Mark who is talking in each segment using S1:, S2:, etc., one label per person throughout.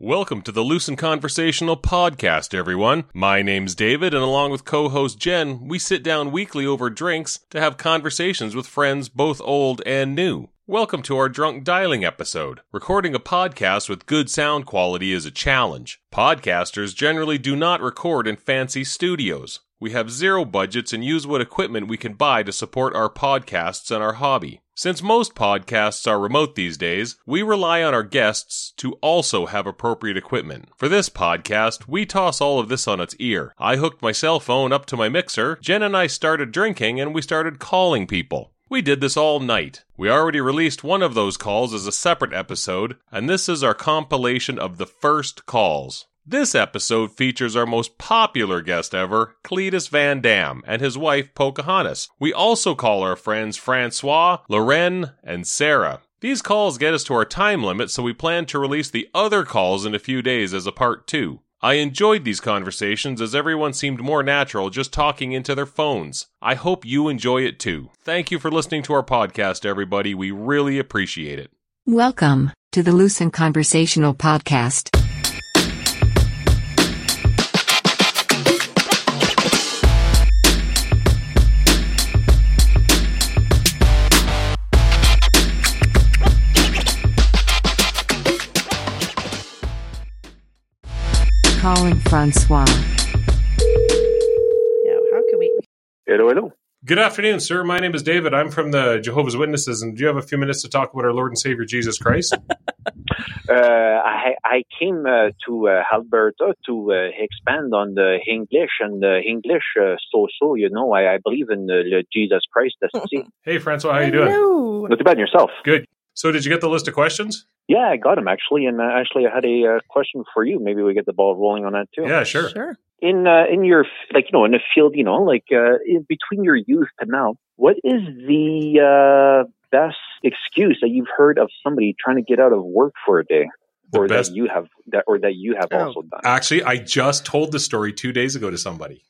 S1: Welcome to the Loose and Conversational podcast, everyone. My name's David, and along with co host Jen, we sit down weekly over drinks to have conversations with friends both old and new. Welcome to our drunk dialing episode. Recording a podcast with good sound quality is a challenge. Podcasters generally do not record in fancy studios. We have zero budgets and use what equipment we can buy to support our podcasts and our hobby. Since most podcasts are remote these days, we rely on our guests to also have appropriate equipment. For this podcast, we toss all of this on its ear. I hooked my cell phone up to my mixer, Jen and I started drinking, and we started calling people. We did this all night. We already released one of those calls as a separate episode, and this is our compilation of the first calls. This episode features our most popular guest ever, Cletus Van Dam, and his wife, Pocahontas. We also call our friends Francois, Lorraine, and Sarah. These calls get us to our time limit, so we plan to release the other calls in a few days as a part two. I enjoyed these conversations as everyone seemed more natural just talking into their phones. I hope you enjoy it too. Thank you for listening to our podcast, everybody. We really appreciate it.
S2: Welcome to the Loose and Conversational Podcast. Calling Francois.
S3: Yeah, how can we?
S4: Hello, hello.
S1: Good afternoon, sir. My name is David. I'm from the Jehovah's Witnesses, and do you have a few minutes to talk about our Lord and Savior Jesus Christ?
S4: Uh, I, I came uh, to uh, Alberta to uh, expand on the English and the English uh, so-so. You know, I, I believe in the, the Jesus Christ. That's it.
S1: hey, Francois, how you doing?
S3: Hello.
S4: Not too bad yourself.
S1: Good. So, did you get the list of questions?
S4: Yeah, I got him actually, and uh, actually, I had a uh, question for you. Maybe we get the ball rolling on that too.
S1: Yeah, sure.
S4: In uh, in your f- like you know in the field you know like uh, in between your youth and now, what is the uh, best excuse that you've heard of somebody trying to get out of work for a day,
S1: The
S4: or
S1: best-
S4: that you have that or that you have
S3: Oh.
S4: also done?
S1: Actually, I just told the story two days ago to somebody.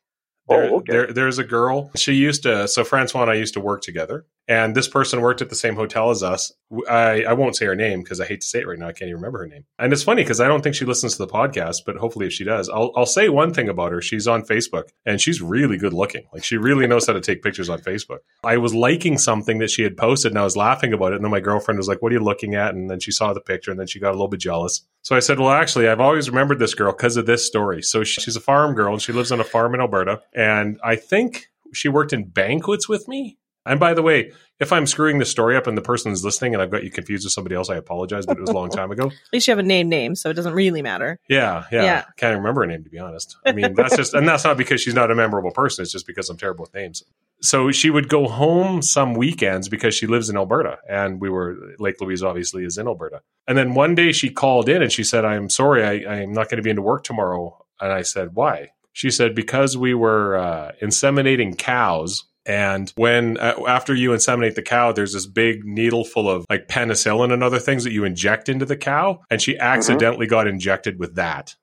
S4: Oh,
S1: There,
S4: okay.
S1: there- there's a girl. She used to. So Francois and I used to work together, and this person worked at the same hotel as us. W- I, I won't say her name because I hate to say it right now. I can't even remember her name. And it's funny because I don't think she listens to the podcast, but hopefully, if she does, I'll I'll say one thing about her. She's on Facebook, and she's really good looking. Like she really knows how to take pictures on Facebook. I was liking something that she had posted, and I was laughing about it. And then my girlfriend was like, "What are you looking at?" And then she saw the picture, and then she got a little bit jealous. So I said, "Well, actually, I've always remembered this girl because of this story. So she- she's a farm girl, and she lives on a farm in Alberta, and I think." she worked in banquets with me. And by the way, if I'm screwing the story up and the person is listening and I've got you confused with somebody else, I apologize, but it was a long time ago.
S3: At least you have a name name, so it doesn't really matter.
S1: Yeah, yeah.
S3: Yeah.
S1: Can't remember her name to be honest. I mean, that's just and that's not because she's not a memorable person, it's just because I'm terrible with names. So she would go home some weekends because she lives in Alberta and we were Lake Louise obviously is in Alberta. And then one day she called in and she said, I'm sorry, I, I'm not going to be into work tomorrow. And I said, Why? She said, Because we were uh, inseminating cows. And when uh, after you inseminate the cow, there's this big needle full of like penicillin and other things that you inject into the cow. And she accidentally got injected with that.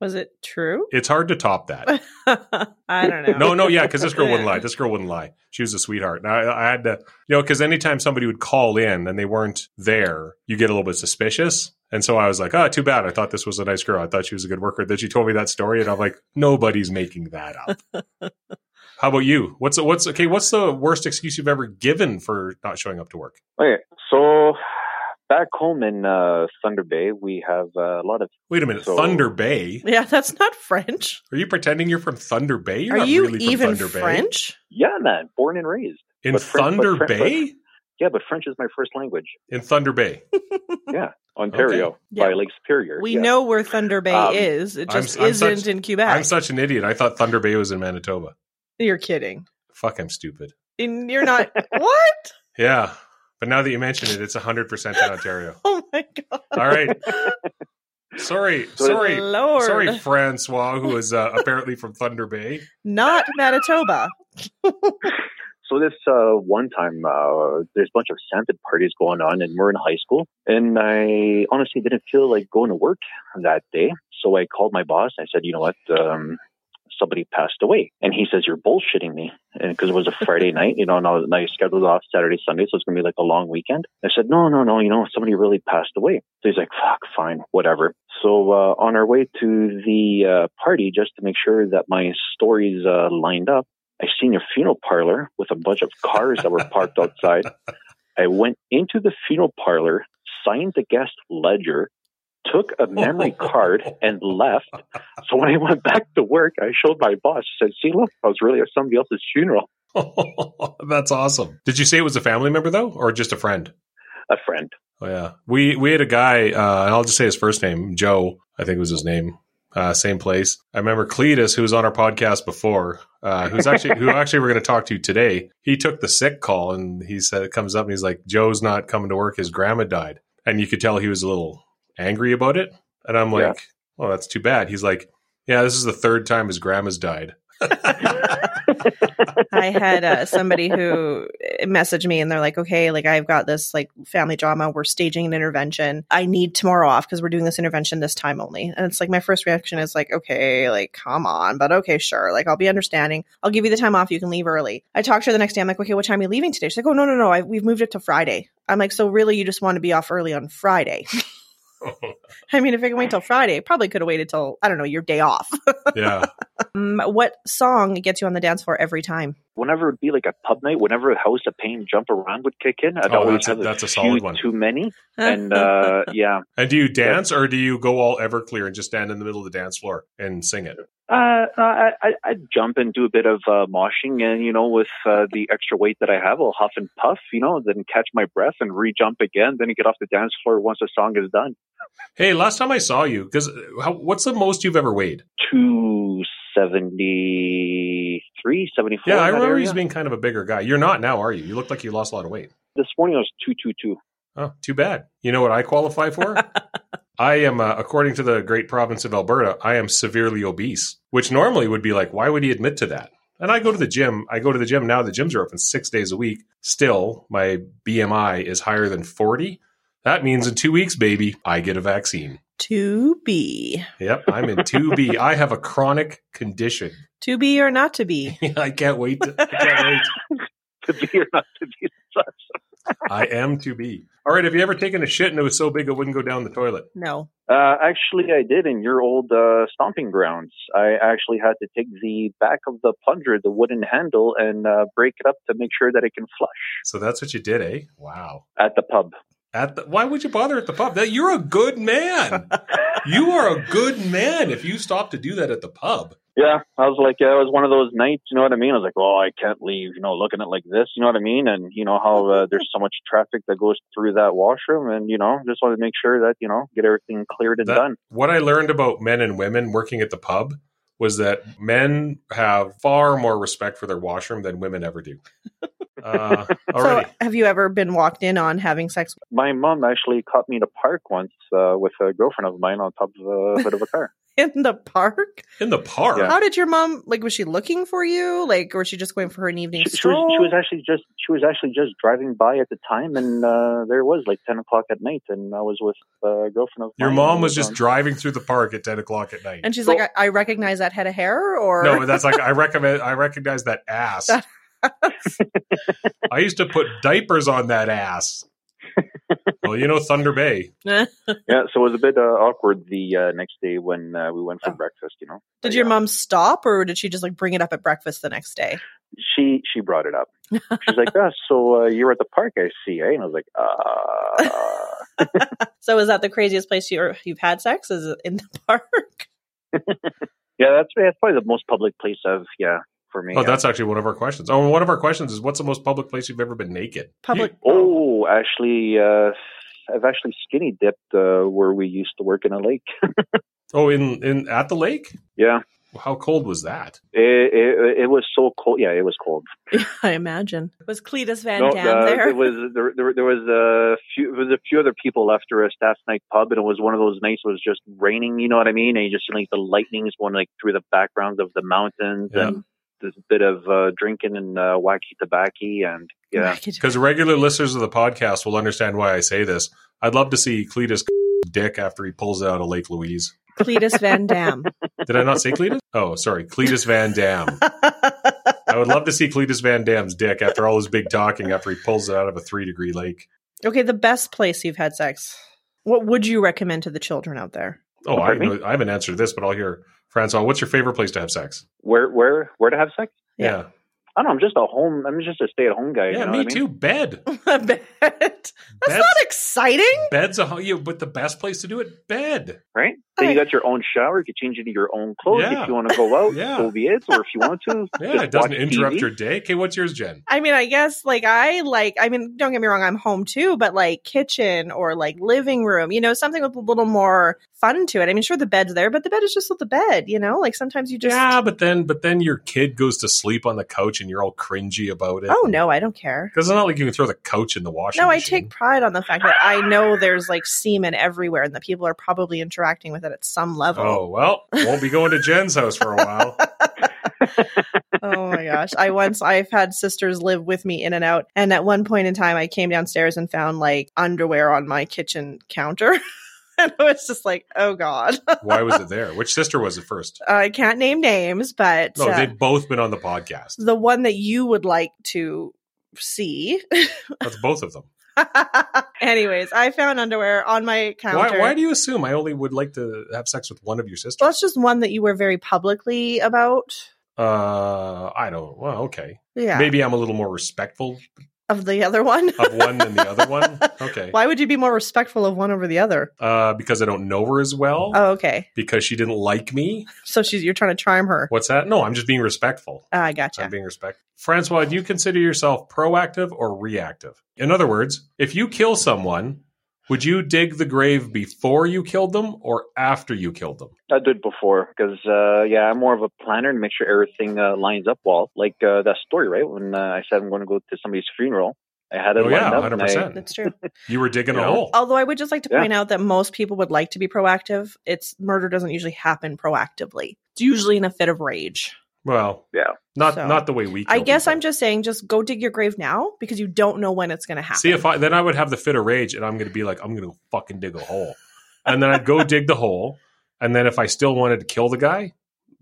S3: Was it true?
S1: It's hard to top that.
S3: I don't know.
S1: No, no, yeah, because this girl wouldn't lie. This girl wouldn't lie. She was a sweetheart. And I, I had to, you know, because anytime somebody would call in and they weren't there, you get a little bit suspicious. And so I was like, oh, too bad. I thought this was a nice girl. I thought she was a good worker. Then she told me that story, and I'm like, nobody's making that up. How about you? What's what's okay? What's the worst excuse you've ever given for not showing up to work?
S4: Okay, so back home in uh, Thunder Bay, we have uh, a lot of.
S1: Wait a minute,
S4: So-
S1: Thunder Bay.
S3: Yeah, that's not French.
S1: Are you pretending you're from Thunder Bay? You're
S3: Are
S1: not
S3: you
S1: really from
S3: even
S1: Thunder Bay.
S3: French?
S4: Yeah, man, born and raised.
S1: In
S4: But Fr- but
S1: Thunder
S4: Fr- but-
S1: Bay?
S4: Yeah, but French is my first language.
S1: In Thunder Bay.
S4: Ontario by
S3: Yeah.
S4: Lake Superior.
S3: We
S4: yeah.
S3: know where Thunder Bay
S4: Um,
S3: is. It
S1: I'm-
S3: just
S1: I'm
S3: isn't
S1: such-
S3: in Quebec.
S1: I'm such an idiot. I thought Thunder Bay was in Manitoba.
S3: you're kidding.
S1: Fuck, I'm stupid.
S3: And you're not. what?
S1: Yeah. But now that you mention it, it's 100% in Ontario.
S3: Oh my god.
S1: All right. Sorry.
S4: So-
S1: sorry.
S3: uh, Lord.
S1: Sorry, Francois, who is uh, apparently from Thunder Bay.
S3: Not Manitoba.
S4: So this uh, one time, uh, there's a bunch of sandpit parties going on, and we're in high school. And I honestly didn't feel like going to work that day, so I called my boss. and I said, you know what? Um, somebody passed away. And he says, You're bullshitting me. Because it was a Friday night, you know, and I was, and I was scheduled off Saturday, Sunday. So it's going to be like a long weekend. I said, No, no, no, you know, somebody really passed away. So he's like, Fuck, fine, whatever. So uh, on our way to the uh, party, just to make sure that my stories uh, lined up, I seen a funeral parlor with a bunch of cars that were parked outside. I went into the funeral parlor, signed the guest ledger, took a memory card, and left. So when I went back to work, I showed my boss. Said, "See, look, I was really at somebody else's funeral.
S1: That's awesome. Did you say it was a family member though, or just a friend?
S4: A friend."
S1: Oh yeah, we we had a guy, uh, and I'll just say his first name, Joe. I think was his name. Uh, same place. I remember Cletus, who was on our podcast before, uh, who's actually who actually we're going to talk to today. He took the sick call, and he said comes up and he's like, "Joe's not coming to work. His grandma died," and you could tell he was a little angry about it. And I'm like,
S4: Yeah.
S1: "Well, that's too bad." He's like, "Yeah, this is the third time his grandma's died."
S3: I had uh, somebody who eh, messaged me and they're like, okay, like I've got this like family drama. We're staging an intervention. I need tomorrow off because we're doing this intervention this time only. And it's like, my first reaction is like, okay, like come on, but okay, sure. Like I'll be understanding. I'll give you the time off. You can leave early. I talked to her the next day. I'm like, okay, what time are you leaving today? She's like, oh, no, no, no. I, we've moved it to Friday. I'm like, so really you just want to be off early on Friday? I mean, if I can wait till Friday, I probably could have waited till, I don't know, your day off.
S1: yeah,
S3: um, what song gets you on the dance floor every time?
S4: Whenever it'd be like a pub night, whenever a house of pain jump around would kick in, I'd
S1: Oh,
S4: always
S1: that's a-
S4: have
S1: that's a
S4: few
S1: solid one.
S4: too many. And uh, yeah,
S1: and do you dance or do you go all Everclear and just stand in the middle of the dance floor and sing it?
S4: Uh, no, I, I, I'd jump and do a bit of uh, moshing, and you know, with uh, the extra weight that I have, I'll huff and puff, you know, then catch my breath and re-jump again. Then get off the dance floor once the song is done.
S1: Hey, last time I saw you, because what's the most you've ever weighed?
S4: Two seventy-three, seventy-four.
S1: Yeah, I
S4: in that
S1: remember
S4: area.
S1: he's being kind of a bigger guy. You're not now, are you? You look like you lost a lot of weight.
S4: This morning I was two two two.
S1: Oh, too bad. You know what I qualify for? I am, uh, according to the great province of Alberta, I am severely obese, which normally would be like, why would he admit to that? And I go to the gym. I go to the gym now. The gyms are open six days a week. Still, my BMI is higher than 40. That means in two weeks, baby, I get a vaccine.
S3: To be.
S1: Yep, I'm in 2B. I have a chronic condition.
S3: To be or not to be.
S1: I can't wait. To, I can't wait.
S4: To be or not to be, sucks.
S1: I am to be. All right. Have you ever taken a shit and it was so big it wouldn't go down the toilet?
S3: No.
S4: Uh, actually, I did in your old uh, stomping grounds. I actually had to take the back of the plunger, the wooden handle, and uh, break it up to make sure that it can flush
S1: So that's what you did, eh? Wow.
S4: at the pub.
S1: At the, why would you bother at the pub? That you're a good man. you are a good man if you stop to do that at the pub.
S4: Yeah, I was like, yeah, it was one of those nights, you know what I mean? I was like, oh, I can't leave, you know, looking at it like this, you know what I mean? And you know how uh, there's so much traffic that goes through that washroom, and you know, just wanted to make sure that you know, get everything cleared and
S1: That-
S4: done.
S1: What I learned about men and women working at the pub was that men have far more respect for their washroom than women ever do. Uh, alrighty.
S3: So have you ever been walked in on having sex?
S4: My mom actually caught me in a park once uh, with a girlfriend of mine on top of a hood of a car.
S3: In the park?
S1: in the park.
S4: Yeah.
S3: How did your mom like? Was she looking for you? Like, or was she just going for an evening
S4: She, she
S3: stroll?
S4: was, she was actually just she was actually just driving by at the time, and uh, there it was like ten o'clock at night, and I was with uh, a girlfriend of
S1: Your
S4: mine.
S1: mom was just
S4: Um,
S1: driving through the park at ten o'clock at night.
S3: and she's like, I, I recognize that head of hair, or
S1: No, that's like I recommend. I recognize that ass. I used to put diapers on that ass. Well, you know Thunder Bay.
S4: yeah, so it was a bit uh, awkward the uh, next day when uh, we went for
S3: Oh.
S4: breakfast. You know.
S3: did your
S4: Yeah.
S3: mom stop, or did she just like bring it up at breakfast the next day?
S4: she she brought it up. She's like, "Oh, so uh, you're at the park, I see." Eh? And I was like, "Uh,
S3: So is that the craziest place you or you've had sex? Is it in the park?
S4: yeah, that's that's probably the most public place of yeah for me."
S1: Oh,
S4: yeah.
S1: that's actually one of our questions. Oh, and one of our questions is what's the most public place you've ever been naked?
S3: Public.
S4: oh, actually, uh, I've actually skinny dipped uh, where we used to work in a lake.
S1: You- oh, in in at the lake.
S4: yeah,
S1: How cold was that?
S4: it, it it was so cold. Yeah, it was cold.
S3: I imagine was Cletus Van
S4: No,
S3: Damme
S4: uh,
S3: there?
S4: it was there, there. there was a few. There was a few other people after a staff night pub, and it was one of those nights. It was just raining. You know what I mean? And you just like the lightning is going like through the backgrounds of the mountains,
S1: Yeah.
S4: and this bit of uh, drinking and uh, wacky tobacco, and yeah.
S1: Because regular listeners of the podcast will understand why I say this. I'd love to see Cletus dick after he pulls it out of Lake Louise.
S3: Cletus Van Damme.
S1: Did I not say Cletus? Oh, sorry, Cletus Van Dam. I would love to see Cletus Van Dam's dick after all his big talking after he pulls it out of a three degree lake.
S3: okay, the best place you've had sex. What would you recommend to the children out there?
S1: Oh, I,
S4: Pardon me?
S1: know, I have an answer to this, but I'll hear Francois. What's your favorite place to have sex?
S4: Where where where to have sex?
S1: Yeah,
S4: I don't know. I'm just a home. I'm just a stay at home guy.
S1: yeah,
S4: you know
S1: me
S4: what I mean?
S1: too. Bed,
S3: I bet. That's
S1: bed's,
S3: not exciting.
S1: bed's a ho- you, but the best place to do it, bed.
S4: Right? Then you
S3: Alright.
S4: got your own shower. You can change into your own clothes
S1: Yeah.
S4: if you want to go out.
S1: Yeah.
S4: So be it. Or if you want to,
S1: Yeah,
S4: just
S1: it doesn't
S4: watch
S1: interrupt
S4: TV.
S1: your day. Okay, what's yours, Jen?
S3: I mean, I guess like I like, I mean, don't get me wrong, I'm home too, but like kitchen or like living room, you know, something with a little more fun to it. I mean, sure, the bed's there, but the bed is just the bed, you know, like sometimes you just,
S1: yeah, but then but then your kid goes to sleep on the couch and you're all cringy about it.
S3: oh no, I don't care.
S1: because it's not like you can throw the couch in the washing.
S3: No, I
S1: machine.
S3: take pride on the fact that I know there's like semen everywhere and that people are probably interacting with it at some level.
S1: Oh well, won't be going to Jen's house for a while.
S3: Oh, my gosh. I once, I've had sisters live with me in and out. And at one point in time, I came downstairs and found like underwear on my kitchen counter. and I was just like, oh God.
S1: Why was it there? Which sister was it first?
S3: I can't name names, but
S1: No,
S3: uh,
S1: they've both been on the podcast.
S3: the one that you would like to see.
S1: That's both of them.
S3: Anyways, I found underwear on my
S1: Why,
S3: counter.
S1: why do you assume I only would like to have sex with one of your sisters?
S3: well, that's just one that you were very publicly about.
S1: Uh, I don't. Well, okay.
S3: Yeah.
S1: Maybe I'm a little more respectful
S3: Of the other one.
S1: of one than the other one. Okay.
S3: Why would you be more respectful of one over the other?
S1: Uh, because I don't know her as well.
S3: Oh, okay.
S1: Because she didn't like me.
S3: So she's you're trying to charm her.
S1: What's that? No, I'm just being respectful.
S3: Ah, I
S1: I'm
S3: gotcha.
S1: being respectful. Francois, do you consider yourself proactive or reactive? In other words, if you kill someone, would you dig the grave before you killed them or after you killed them?
S4: I did before because uh, yeah, I'm more of a planner and make sure everything uh, lines up well. Like uh, that story, right? When uh, I said I'm going to go to somebody's funeral, I had it
S1: Oh,
S4: lined
S1: yeah,
S4: up. and I-
S1: 100%.
S3: That's true.
S1: You were digging a
S4: Yeah.
S1: hole.
S3: Although I would just like to
S4: Yeah.
S3: point out that most people would like to be proactive. It's murder doesn't usually happen proactively. It's usually in a fit of rage.
S1: Well,
S4: Yeah.
S1: not
S3: So,
S1: not the way we.
S3: I
S1: kill
S3: guess
S1: people.
S3: I'm just saying, just go dig your grave now because you don't know when it's going to happen.
S1: See if I then I would have the fit of rage, and I'm going to be like, I'm going to fucking dig a hole, and then I'd go dig the hole, and then if I still wanted to kill the guy,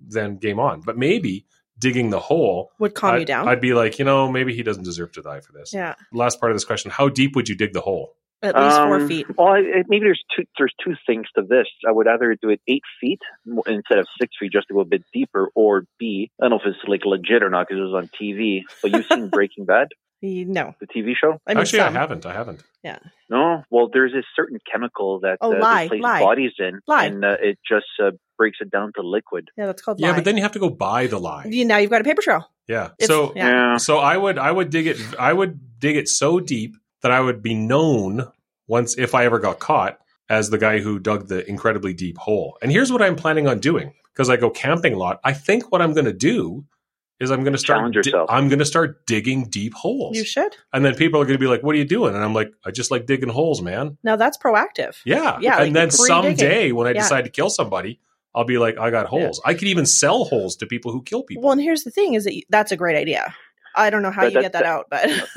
S1: then game on. But maybe digging the hole.
S3: would calm
S1: I,
S3: you down.
S1: I'd be like, you know, maybe he doesn't deserve to die for this.
S3: yeah,
S1: Last part of this question: How deep would you dig the hole?
S3: at least four
S4: Um,
S3: feet.
S4: Well, I- I- maybe there's two there's two things to this. I would either do it eight feet mo- instead of six feet just to go a bit deeper, or B. I don't know if it's like legit or not because it was on TV. But you've seen Breaking Bad,
S3: Y- No,
S4: the TV show?
S3: I mean,
S1: Actually,
S3: some.
S1: I haven't. I haven't.
S4: No. Well, there's a certain chemical that
S3: Oh,
S4: uh,
S3: lie,
S4: they place
S3: lie.
S4: bodies in,
S3: Lie.
S4: and uh, it just uh, breaks it down to liquid.
S3: Yeah, that's called.
S1: Yeah,
S3: lie.
S1: but then you have to go buy the lie. Yeah.
S3: you, now you've got a paper trail. It's-
S1: so
S3: Yeah.
S1: so I would I would dig it I would dig it so deep that I would be known once if I ever got caught as the guy who dug the incredibly deep hole. And here's what I'm planning on doing because I go camping a lot. I think what I'm going to do is I'm going to start
S4: Challenge yourself.
S1: I'm going to start digging deep holes.
S3: You should.
S1: and then people are going to be like, "What are you doing?" And I'm like, "I just like digging holes, man."
S3: Now that's proactive.
S1: Yeah.
S3: Yeah,
S1: and
S3: like
S1: then
S3: pre-digging.
S1: someday when I
S3: Yeah.
S1: decide to kill somebody, I'll be like, "I got holes." I could even sell holes to people who kill people.
S3: Well, and here's the thing: is that you, that's a great idea. I don't know how
S4: But
S3: you get
S4: that-
S3: that, out, but
S4: I was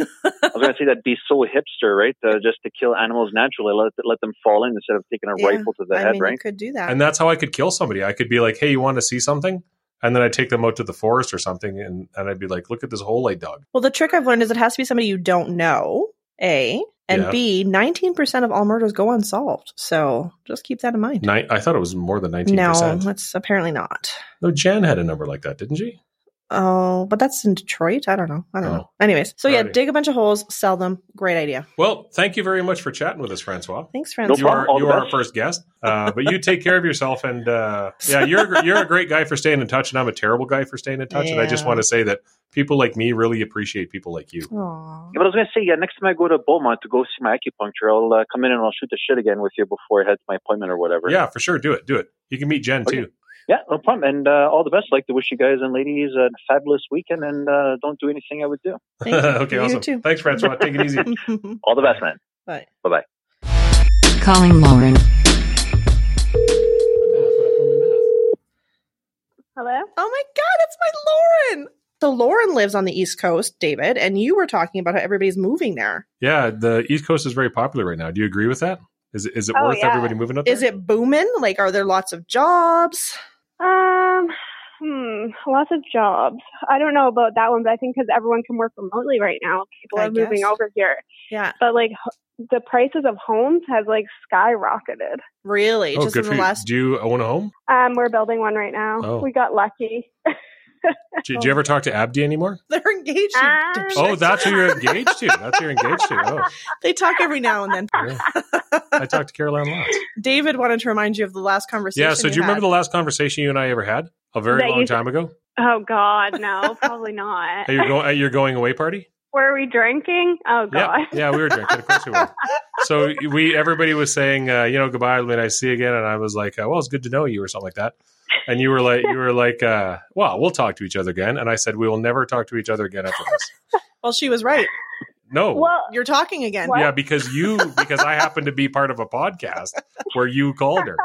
S4: gonna say that'd be so hipster, right? Uh, just to kill animals naturally, let let them fall in instead of taking a
S3: Yeah,
S4: rifle to the
S3: I
S4: head,
S3: mean, you
S4: right?
S3: could do that.
S1: and that's how I could kill somebody. I could be like, "Hey, you want to see something?" And then I take them out to the forest or something, and, and I'd be like, "Look at this hole I dug."
S3: well, the trick I've learned is it has to be somebody you don't know. A and
S1: Yeah.
S3: B. Nineteen percent of all murders go unsolved, so just keep that in mind.
S1: Ni- I thought it was more than nineteen
S3: No,
S1: percent.
S3: that's apparently not.
S1: No, Jan had a number like that, didn't she?
S3: Oh, but that's in Detroit. I don't know. I don't
S1: Oh.
S3: know. Anyways, so yeah,
S1: Alrighty.
S3: dig a bunch of holes, sell them. Great idea.
S1: Well, thank you very much for chatting with us, Francois.
S3: Thanks,
S4: No
S3: friends.
S1: you are
S4: problem. All
S1: you
S4: the
S1: are our
S4: best.
S1: first guest, uh, but you take care of yourself, and uh, yeah, you're you're a great guy for staying in touch, and I'm a terrible guy for staying in touch. And I just
S3: Yeah.
S1: want to say that people like me really appreciate people like you.
S3: Aw.
S4: Yeah, but I was gonna say, yeah, next time I go to Beaumont to go see my acupuncture, I'll uh, come in and I'll shoot the shit again with you before I head to my appointment or whatever.
S1: Yeah, for sure, do it, do it. You can meet Jen
S4: Okay.
S1: too.
S4: yeah, no problem. And uh, all the best. Like to wish you guys and ladies a fabulous weekend, and uh, don't do anything I would do.
S3: Thank you.
S1: okay,
S3: You
S1: awesome.
S3: too.
S1: Thanks, Francois. Take it easy.
S4: All the best, man.
S3: Bye.
S4: Bye bye.
S2: Calling Lauren.
S5: Hello?
S3: Oh my God, it's my Lauren. So Lauren lives on the East Coast, David, and you were talking about how everybody's moving there.
S1: Yeah, the East Coast is very popular right now. Do you agree with that? Is it, is it
S5: Oh,
S1: worth
S5: yeah.
S1: everybody moving up there?
S3: Is it booming? Like, are there lots of jobs?
S5: Uh, Hmm, lots of jobs. I don't know about that one, but I think because everyone can work remotely right now, people
S3: I
S5: are moving
S3: guess.
S5: over here.
S3: Yeah.
S5: But like h- the prices of homes has like skyrocketed.
S3: Really?
S1: oh,
S3: just
S1: good
S3: in
S1: for
S3: the
S1: you.
S3: last
S1: Do you own a home?
S5: Um, we're building one right now.
S1: Oh.
S5: We got lucky.
S1: Do, do you ever talk to Abdi anymore?
S3: they're engaged. you
S5: Ah.
S3: dipshits.
S1: Oh, that's who you're engaged to. That's who you're engaged to. Oh,
S3: they talk every now and then.
S1: yeah. I talked to Caroline Lots.
S3: David wanted to remind you of the last conversation.
S1: Yeah. So, do you remember the last conversation you and I ever had? A very
S5: That you-
S1: long time ago.
S5: Oh God, no, probably not.
S1: At your, go- at your going away party.
S5: Were we drinking? Oh God.
S1: Yeah. Yeah, we were drinking. Of course we were. So we everybody was saying, uh, you know, goodbye when I see you again, and I was like, uh, well, it's good to know you, or something like that. And you were like, you were like, uh, well, we'll talk to each other again. And I said, we will never talk to each other again after this.
S3: Well, she was right.
S1: No.
S5: Well,
S3: You're talking again.
S5: What?
S1: Yeah, because you because I happened to be part of a podcast where you called her,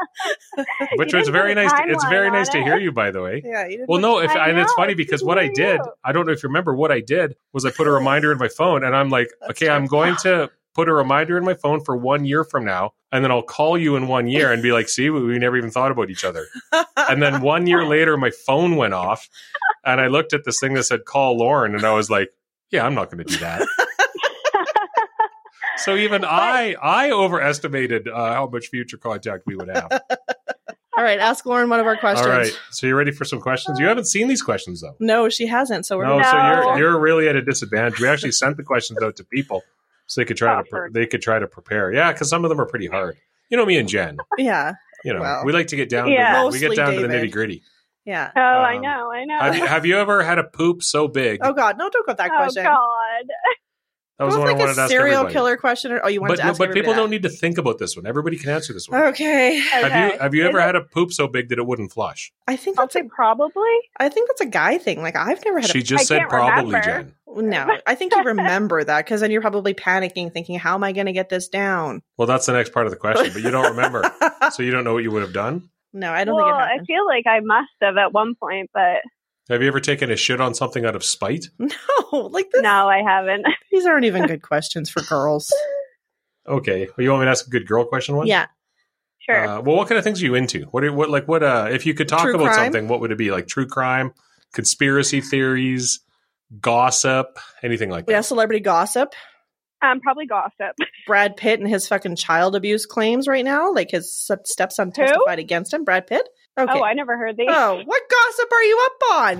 S1: which
S5: You
S1: was
S5: didn't
S1: very
S5: put a
S1: nice. To, it's
S5: timeline
S1: very
S5: on
S1: nice to
S5: it.
S1: hear you, by the way.
S3: Yeah. You didn't
S1: Well, no, if,
S5: I
S1: and it's
S5: know,
S1: funny
S5: it's
S1: because
S5: good
S1: what
S5: to
S1: I
S5: hear
S1: did,
S5: you.
S1: I don't know if you remember what I did was I put a reminder in my phone, and I'm like, okay, I'm
S3: right.
S1: going to put a reminder in my phone for one year from now, and then I'll call you in one year and be like, see, we, we never even thought about each other. And then one year later, my phone went off, and I looked at this thing that said call Lauren, and I was like, yeah, I'm not going to do that. So even I I overestimated uh, how much future contact we would have.
S3: All right. Ask Lauren one of our questions.
S1: All right, so you ready for some questions? You haven't seen these questions though.
S3: No, she hasn't. So we're
S1: No,
S3: gonna-
S1: so
S5: No.
S1: you're you're really at a disadvantage. We actually sent the questions out to people so they could
S3: Oh,
S1: try to pre-
S5: Offered.
S1: they could try to prepare. Yeah, because some of them are pretty hard. You know me and Jen.
S3: yeah,
S1: You know
S3: Well.
S1: we like to get down
S5: Yeah.
S1: to the, we get
S3: Mostly
S1: down to the
S3: David.
S1: nitty gritty.
S3: yeah.
S5: Oh, I
S1: Um,
S5: know, I know.
S1: Have you, have you ever had a poop so big?
S3: Oh God, no! Don't go with that
S5: oh
S3: question.
S5: God.
S1: that was the
S3: Go with,
S1: one I
S3: like
S1: wanted
S3: a
S1: to ask
S3: serial
S1: everybody.
S3: killer question. Or, oh, you wanted
S1: but
S3: to ask
S1: but people don't
S3: everybody
S1: need to think about this one. Everybody can answer this
S3: that.
S1: one.
S3: Okay,
S1: Have you
S5: Okay.
S1: have you ever
S5: Is it-
S1: had a poop so big that it wouldn't flush?
S3: I think
S5: I'll
S3: that's a
S5: say probably.
S3: I think that's a guy thing. Like I've never had
S1: She
S3: a
S1: just
S5: I
S1: said
S5: can't
S1: probably,
S5: remember.
S1: Jen.
S3: no. I think you remember that because then you're probably panicking, thinking, "How am I going to get this down?"
S1: Well, that's the next part of the question, but you don't remember, so you don't know what you would have done.
S3: no, I don't
S5: well,
S3: think it
S5: I
S3: happened.
S5: feel like I must have at one point, but
S1: Have you ever taken a shit on something out of spite?
S3: no, like this,
S5: no, I haven't.
S3: these aren't even good questions for girls.
S1: Okay. Well, you want me to ask a good girl question one?
S3: yeah,
S5: Sure.
S1: Uh, well, what kind of things are you into? What are what like what uh if you could talk
S3: True
S1: about
S3: crime?
S1: something, what would it be? Like true crime, conspiracy theories, gossip, anything like that?
S3: yeah. Celebrity gossip.
S5: um, probably gossip.
S3: Brad Pitt and his fucking child abuse claims right now. Like his se- stepson testified against him. Brad Pitt. Okay.
S5: Oh, I never heard these.
S3: oh, what gossip are you up on?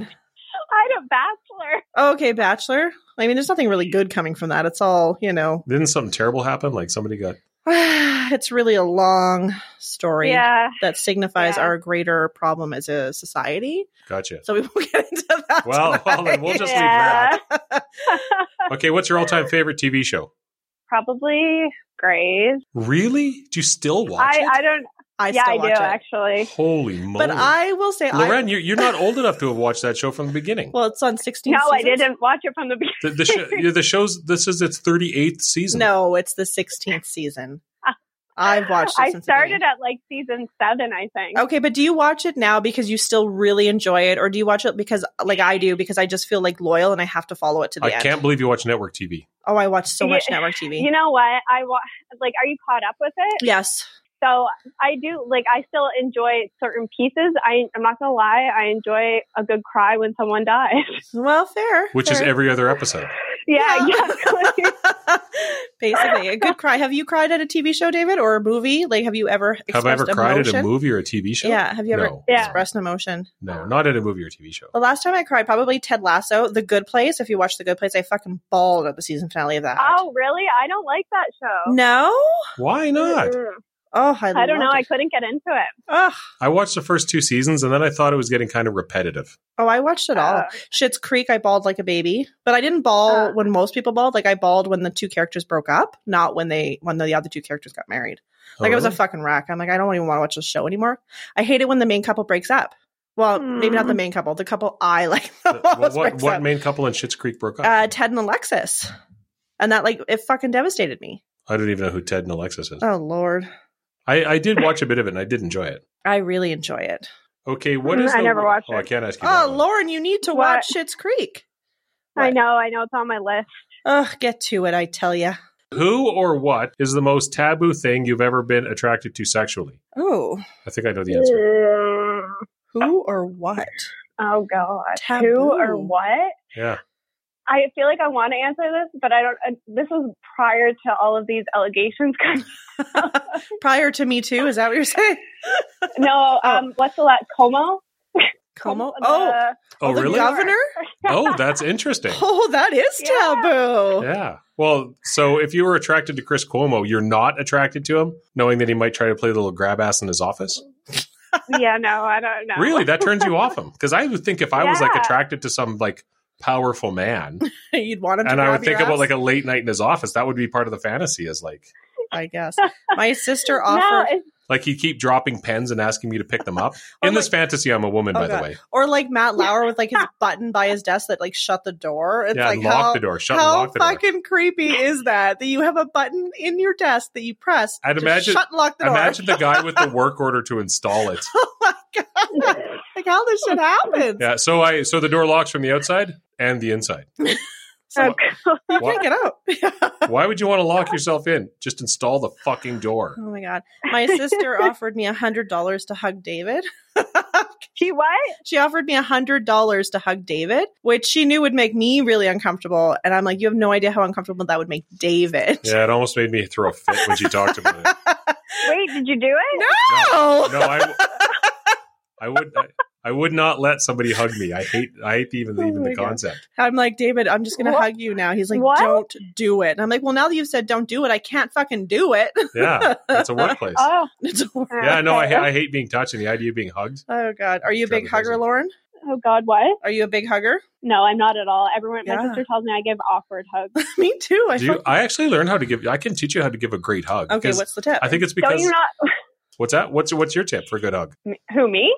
S5: I'm a bachelor.
S3: Okay, Bachelor. I mean, there's nothing really good coming from that. It's all, you know,
S1: Didn't something terrible happen? Like somebody got
S3: it's really a long story
S5: Yeah.
S3: that signifies
S5: Yeah.
S3: our greater problem as a society.
S1: gotcha.
S3: So we won't get into that.
S1: Well, well, then we'll
S3: tonight.
S1: just leave
S5: yeah.
S1: Okay, what's your all time favorite TV show?
S5: probably Grays.
S1: Really? Do you still watch
S5: I,
S1: it?
S5: I don't.
S3: I
S5: yeah,
S3: still
S5: I do
S3: watch it.
S5: actually.
S1: Holy moly!
S3: But I will say,
S1: Loren,
S3: I
S1: you're, you're not old enough to have watched that show from the beginning.
S3: well, it's on 16.
S5: No, I
S3: seasons.
S5: didn't watch it from the beginning.
S1: the, the, show, yeah, the show's this is its 38th season.
S3: No, it's the 16th season. I've watched. It
S5: I
S3: since the
S5: started
S3: beginning.
S5: at like season seven, I think.
S3: Okay, but do you watch it now because you still really enjoy it, or do you watch it because, like I do, because I just feel like loyal and I have to follow it to the
S1: I
S3: end?
S1: can't believe you watch network TV.
S3: Oh, I watch so much
S5: Yeah.
S3: network TV.
S5: You know what? I wa- like. Are you caught up with it?
S3: yes.
S5: So I do like. I still enjoy certain pieces. I, I'm not gonna lie. I enjoy a good cry when someone dies.
S3: Well, fair.
S1: which is
S3: fair.
S1: every other episode.
S5: yeah, exactly.
S3: Basically, a good cry. Have you cried at a TV show, David, or a movie? Like, have you ever
S1: Have
S3: expressed
S1: I ever cried
S3: emotion?
S1: at a movie or a TV show?
S3: Yeah. Have you ever Oh.
S1: No.
S5: Yeah.
S3: expressed an emotion?
S1: No, not at a movie or TV show.
S3: The last time I cried, probably Ted Lasso, The Good Place. If you watch The Good Place, I fucking bawled at the season finale of that.
S5: Oh, really? I don't like that show.
S3: no.
S1: Why not?
S5: Mm-mm.
S3: Oh, I,
S5: I don't know. I
S3: loved
S5: couldn't get into it.
S3: it. Ugh.
S1: I watched the first two seasons and then I thought it was getting kind of repetitive.
S3: Oh, I watched it all.
S5: Uh,
S3: Shit's Creek, I bawled like a baby, but I didn't bawl
S5: Uh.
S3: when most people bawled. Like I bawled when the two characters broke up, not when they when the other two characters got married. Like I was a
S1: Hello?
S3: fucking wreck. I'm like, I don't even want to watch this show anymore. I hate it when the main couple breaks up. Well, maybe not the
S5: Hmm.
S3: main couple, the couple I like. the
S1: Well,
S3: most
S1: what
S3: breaks
S1: what
S3: up.
S1: main couple in Schitt's Creek broke up?
S3: uh, Ted and Alexis, and that like it fucking devastated me.
S1: I don't even know who Ted and Alexis is.
S3: Oh lord,
S1: I, I did watch a bit of it and I did enjoy it.
S3: I really enjoy it.
S1: Okay, what
S5: Mm,
S1: is
S5: I
S1: the-
S5: never watched
S1: Oh, I
S5: it.
S1: can't ask you. that
S3: Oh
S1: one.
S3: Lauren, you need to
S5: What?
S3: watch Shit's Creek.
S5: I
S3: What?
S5: know. I know. It's on my list.
S3: Ugh, get to it, I tell you.
S1: Who or what is the most taboo thing you've ever been attracted to sexually?
S3: Oh,
S1: I think I know the answer.
S5: Mm.
S3: who or what?
S5: Oh God,
S3: Taboo.
S5: who or what?
S1: Yeah.
S5: I feel like I want to answer this, but I don't. Uh, this was prior to all of these allegations.
S3: Prior to Me Too, is that what you're saying?
S5: no, um, what's the last Como?
S3: Oh. Como?
S5: The-
S3: Oh,
S1: Oh,
S3: the
S1: really?
S3: governor?
S1: Oh, that's interesting.
S3: Oh, that is
S5: Yeah.
S3: taboo.
S1: Yeah. Well, so if you were attracted to Chris Cuomo, you're not attracted to him, knowing that he might try to play the little grab ass in his office.
S5: yeah, no, I don't know.
S1: Really, that turns you off him because I would think if I was like
S5: Yeah.
S1: attracted to some like powerful man,
S3: You'd want him to
S1: and I
S3: grab
S1: would think
S3: your
S1: about
S3: ass,
S1: like a late night in his office, that would be part of the fantasy. Is like,
S3: I guess. My sister
S5: No,
S3: offered
S5: it's,
S1: like he keep dropping pens and asking me to pick them up.
S3: Oh
S1: in
S3: my-
S1: this fantasy, I'm a woman,
S3: Oh
S1: by
S3: God.
S1: the way.
S3: or like Matt Lauer with like his button by his desk that like shut the door. It's
S1: yeah,
S3: like
S1: lock
S3: how
S1: the door. Shut and
S3: how
S1: lock the door.
S3: fucking creepy is that? That you have a button in your desk that you press.
S1: I'd
S3: to
S1: imagine-
S3: shut and lock the door.
S1: Imagine the guy with the work order to install it.
S3: oh my god! like how this shit happens?
S1: Yeah. So I so the door locks from the outside and the inside.
S5: oh,
S3: So
S5: God.
S3: you
S1: Why,
S3: can't get out.
S1: why would you want to lock yourself in? Just install the fucking door.
S3: oh my god! My sister offered me a hundred dollars to hug David.
S5: she what?
S3: She offered me a hundred dollars to hug David, which she knew would make me really uncomfortable. And I'm like, you have no idea how uncomfortable that would make David.
S1: Yeah, it almost made me throw a fit when she talked about it.
S5: Wait, did you do it?
S3: No.
S1: No, I, w- I would I, I would not let somebody hug me. I hate I hate even
S3: Oh
S1: even
S3: my
S1: the
S3: God.
S1: concept.
S3: I'm like, David, I'm just gonna
S5: What?
S3: hug you now. He's like,
S5: What?
S3: Don't do it. And I'm like, Well, now that you've said don't do it, I can't fucking do it.
S1: Yeah, it's a workplace.
S5: Oh,
S3: It's a-
S1: yeah, no, I
S5: okay.
S1: ha- I hate being touched and the idea of being hugged.
S3: oh god. Are you a big
S1: Trevor
S3: hugger,
S1: doesn't.
S3: Lauren?
S5: Oh God, what?
S3: Are you a big hugger?
S5: No, I'm not at all. Everyone, my
S3: Yeah.
S5: sister tells me I give awkward hugs.
S3: Me too. I
S1: Do you,
S3: fuck-
S1: I actually learned how to give. I can teach you how to give a great hug.
S3: Okay,
S1: because
S3: what's the tip?
S1: I think it's
S5: Don't
S1: because
S5: you not?
S1: what's that? What's what's your tip for a good hug?
S5: Who me?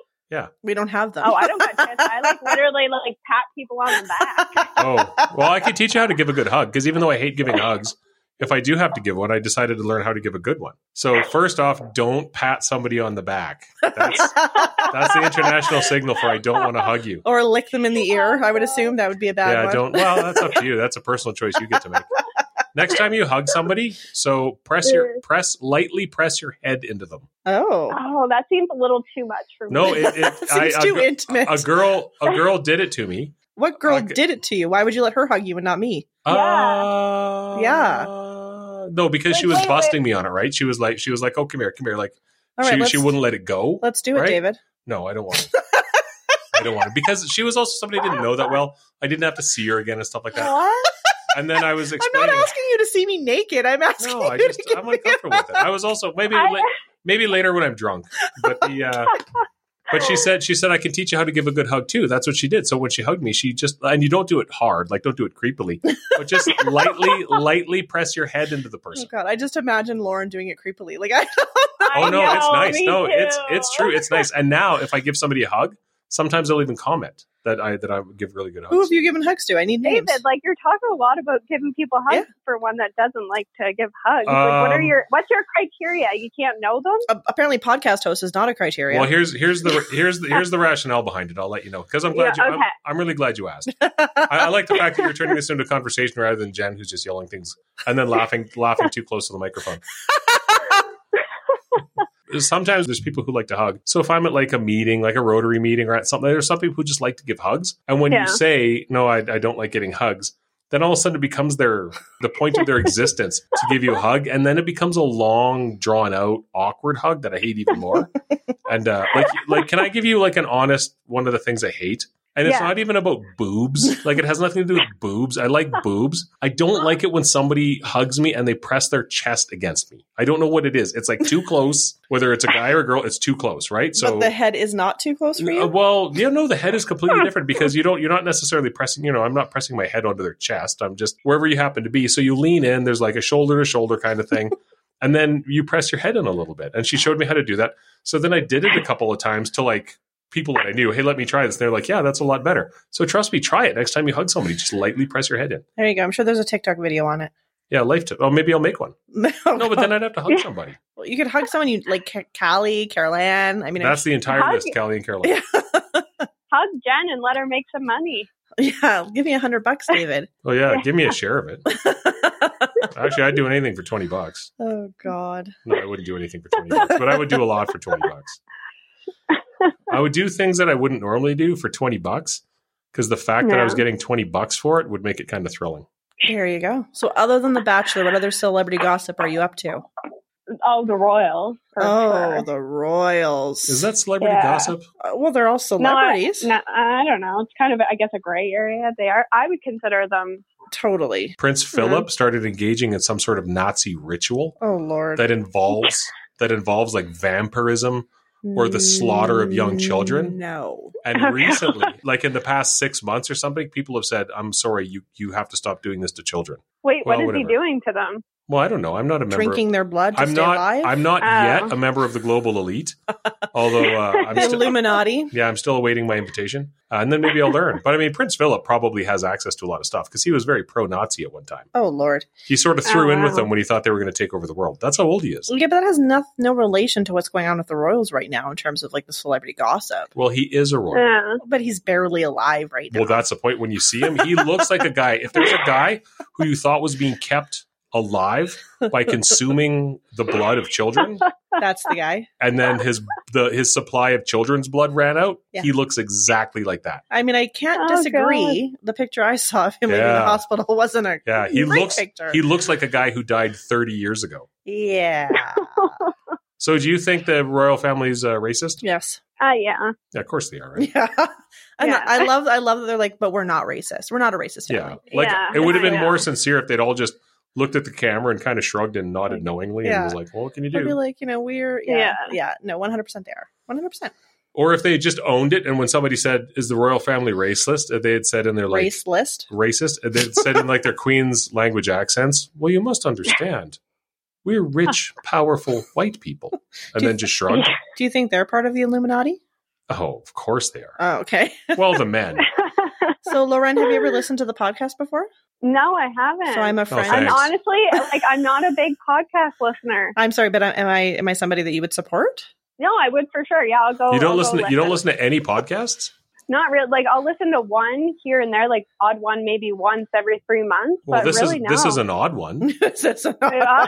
S3: we don't have them.
S5: Oh, I don't get tips. I like literally like pat people on the back.
S1: Oh, well, I could teach you how to give a good hug because even though I hate giving hugs, if I do have to give one, I decided to learn how to give a good one. So first off, don't pat somebody on the back. That's that's the international signal for I don't want to hug you.
S3: or lick them in the ear. I would assume that would be a bad
S1: yeah,
S3: one.
S1: don't. Well, that's up to you. That's a personal choice you get to make. Next time you hug somebody, so press your press lightly, press your head into them.
S3: Oh,
S5: Oh, that seems a little too much for me.
S1: No, it, it I-
S3: seems
S1: a
S3: too
S1: gr-
S3: intimate.
S1: a girl a girl did it to me.
S3: what girl
S1: okay.
S3: did it to you? Why would you let her hug you and not me?
S1: Uh,
S3: Yeah.
S1: No, because she
S5: Like,
S1: was
S5: wait,
S1: busting me on it, right? She was like, she was like, oh, come here, come here. Like,
S3: All right,
S1: she,
S3: let's,
S1: she wouldn't let it go.
S3: let's do it,
S1: right?
S3: David.
S1: No, I don't want it. I don't want it. Because she was also somebody I didn't know that well. I didn't have to see her again and stuff like that.
S3: What?
S1: And then I was
S3: I'm not
S1: explaining.
S3: asking you to see me naked. I'm asking
S1: no, I
S3: you
S1: just,
S3: to give
S1: I'm
S3: me a
S1: uncomfortable with it. I was also, maybe,
S5: I-
S1: la- maybe later when I'm drunk. But the, uh, but she said, she said, I can teach you how to give a good hug too. That's what she did. So when she hugged me, she just, and you don't do it hard, like don't do it creepily, but just lightly, lightly press your head into the
S3: Oh
S1: person.
S3: god, I just imagine Lauren doing it creepily. Like I
S5: I
S1: Oh no,
S5: know,
S1: it's nice.
S5: me
S1: No,
S5: too.
S1: it's it's true. It's nice. And now, if I give somebody a hug, sometimes they'll even comment that I that I give really good
S3: who have
S1: hugs.
S3: you given hugs to? I need names.
S5: David, like you're talking a lot about giving people hugs for one that doesn't like to give hugs. like, what are
S1: Um,
S5: your what's your criteria? You can't know them.
S3: A- apparently, podcast host is not a criteria.
S1: Well, here's here's the here's the here's the rationale behind it. I'll let you know because I'm glad
S5: Yeah,
S1: you.
S5: okay.
S1: I'm, I'm really glad you asked. I, I like the fact that you're turning this into a conversation rather than Jen, who's just yelling things and then laughing laughing too close to the microphone. Sometimes there's people who like to hug. So if I'm at like a meeting, like a Rotary meeting or at something, there's some people who just like to give hugs. And when
S5: Yeah.
S1: you say, "No, I, I don't like getting hugs," then all of a sudden it becomes their the point of their existence to give you a hug, and then it becomes a long, drawn out, awkward hug that I hate even more. and uh, like, like, can I give you like an honest one of the things I hate? And it's
S5: Yeah.
S1: not even about boobs. Like it has nothing to do with boobs. I like boobs. I don't like it when somebody hugs me and they press their chest against me. I don't know what it is. It's like too close. Whether it's a guy or a girl, it's too close, right?
S3: but the head is not too close for you.
S1: Uh, well, yeah, no, the head is completely different because you don't you're not necessarily pressing, you know, I'm not pressing my head onto their chest. I'm just wherever you happen to be. So you lean in, there's like a shoulder to shoulder kind of thing. and then you press your head in a little bit. And she showed me how to do that. So then I did it a couple of times to like people that I knew, hey, let me try this. And they're like, yeah, that's a lot better. So trust me, try it. Next time you hug somebody, just lightly press your head in.
S3: there you go. I'm sure there's a TikTok video on it.
S1: Yeah, life tip. Oh, maybe I'll make one. No, but then I'd have to hug
S5: Yeah.
S1: somebody.
S3: Well, you could hug someone you like, Ca- Callie, Carol Ann. I mean, I'm
S1: That's the entire
S5: Hug-
S1: list, Callie and Caroline.
S5: Hug Jen and let her make some money.
S3: sure- yeah, give me a hundred bucks, David.
S1: Oh yeah, give me a share of it. Actually, I'd do anything for twenty bucks.
S3: oh God.
S1: No, I wouldn't do anything for 20 bucks, but I would do a lot for 20 bucks. I would do things that I wouldn't normally do for 20 bucks because the fact that I
S5: No.
S1: was getting 20 bucks for it would make it kind of thrilling.
S3: There you go. So, other than The Bachelor, what other celebrity gossip are you up to?
S5: Oh, the Royals. for sure.
S3: Oh, the Royals.
S1: Is that celebrity
S5: Yeah.
S1: gossip?
S3: Uh, well, they're all celebrities.
S5: No, I don't know. It's kind of, I guess, a gray area. They are. I would consider them.
S3: Totally.
S1: Prince Philip started engaging in some sort of Nazi ritual
S3: Oh, Lord.
S1: that involves that involves like vampirism or the slaughter of young children?
S3: Mm, No.
S1: and recently like in the past 6 months or something people have said I'm sorry you you have to stop doing this to children.
S5: Wait,
S1: Well,
S5: what is
S1: whatever.
S5: he doing to them?
S1: Well, I don't know. I'm not a member of-
S3: Drinking their blood to
S1: I'm
S3: stay
S1: not
S3: alive?
S1: I'm not
S5: Oh.
S1: yet a member of the global elite. although uh, I'm still
S3: Illuminati.
S1: Yeah, I'm still awaiting my invitation, uh, and then maybe I'll learn. But I mean, Prince Philip probably has access to a lot of stuff because he was very pro-Nazi at one time.
S3: Oh, Lord.
S1: He sort of threw
S5: Oh,
S1: in with
S5: wow.
S1: them when he thought they were going to take over the world. That's how old he is.
S3: Yeah, but that has no, no relation to what's going on with the Royals right now in terms of like the celebrity gossip.
S1: Well, he is a royal.
S5: Yeah.
S3: But he's barely alive right now.
S1: Well, that's the point. When you see him, he looks like a guy. If there's a guy who you thought was being kept alive by consuming the blood of children,
S3: That's the guy.
S1: and then his the his supply of children's blood ran out,
S3: Yeah.
S1: he looks exactly like that.
S3: I mean, I can't
S5: Oh,
S3: disagree. The picture I saw of him leaving the
S1: Yeah.
S3: hospital wasn't a
S1: Yeah, he
S3: great
S1: looks
S3: picture.
S1: he looks like a guy who died 30 years ago.
S3: yeah.
S1: So, do you think the royal family is uh, racist?
S3: yes.
S5: Uh, yeah.
S1: Yeah, of course they are, right?
S3: Yeah. I'm not-
S5: Yeah.
S3: I love I love that they're like, but we're not racist. We're not a racist
S1: Yeah.
S3: family.
S1: Like
S5: Yeah,
S1: it would have been
S5: yeah.
S1: more sincere if they'd all just looked at the camera and kind of shrugged and nodded knowingly
S3: Yeah.
S1: and was like, "Well, what can you
S3: I'd be
S1: do?"
S3: like, you know, we're yeah, yeah.
S5: Yeah.
S3: no, one hundred percent they are. One hundred percent.
S1: Or if they just owned it and when somebody said, "Is the royal family racist?" if they had said in their like
S3: Race list.
S1: racist, and they said in like their queen's language accents, "Well, you must understand, we're rich, powerful white people," and
S3: Do you-
S1: then just shrugged.
S3: Do you think they're part of the Illuminati?
S1: Oh, of course they are.
S3: Oh, okay.
S1: Well, the men.
S3: So Lauren, have you ever listened to the podcast before?
S5: no, I haven't.
S3: So I'm a
S1: Oh, thanks.
S3: friend.
S5: I'm honestly like I'm not a big podcast listener.
S3: I'm sorry, but uh, am I am I somebody that you would support?
S5: No, I would for sure. Yeah, I'll go.
S1: You
S5: I'll
S1: don't
S5: go
S1: listen. To, you don't listen to any podcasts.
S5: Not real. Like I'll listen to one here and there, like odd one maybe once every three months.
S1: Well,
S5: but
S1: this
S5: really
S1: is
S5: no.
S1: this is an odd one.
S3: That's not-
S5: Yeah.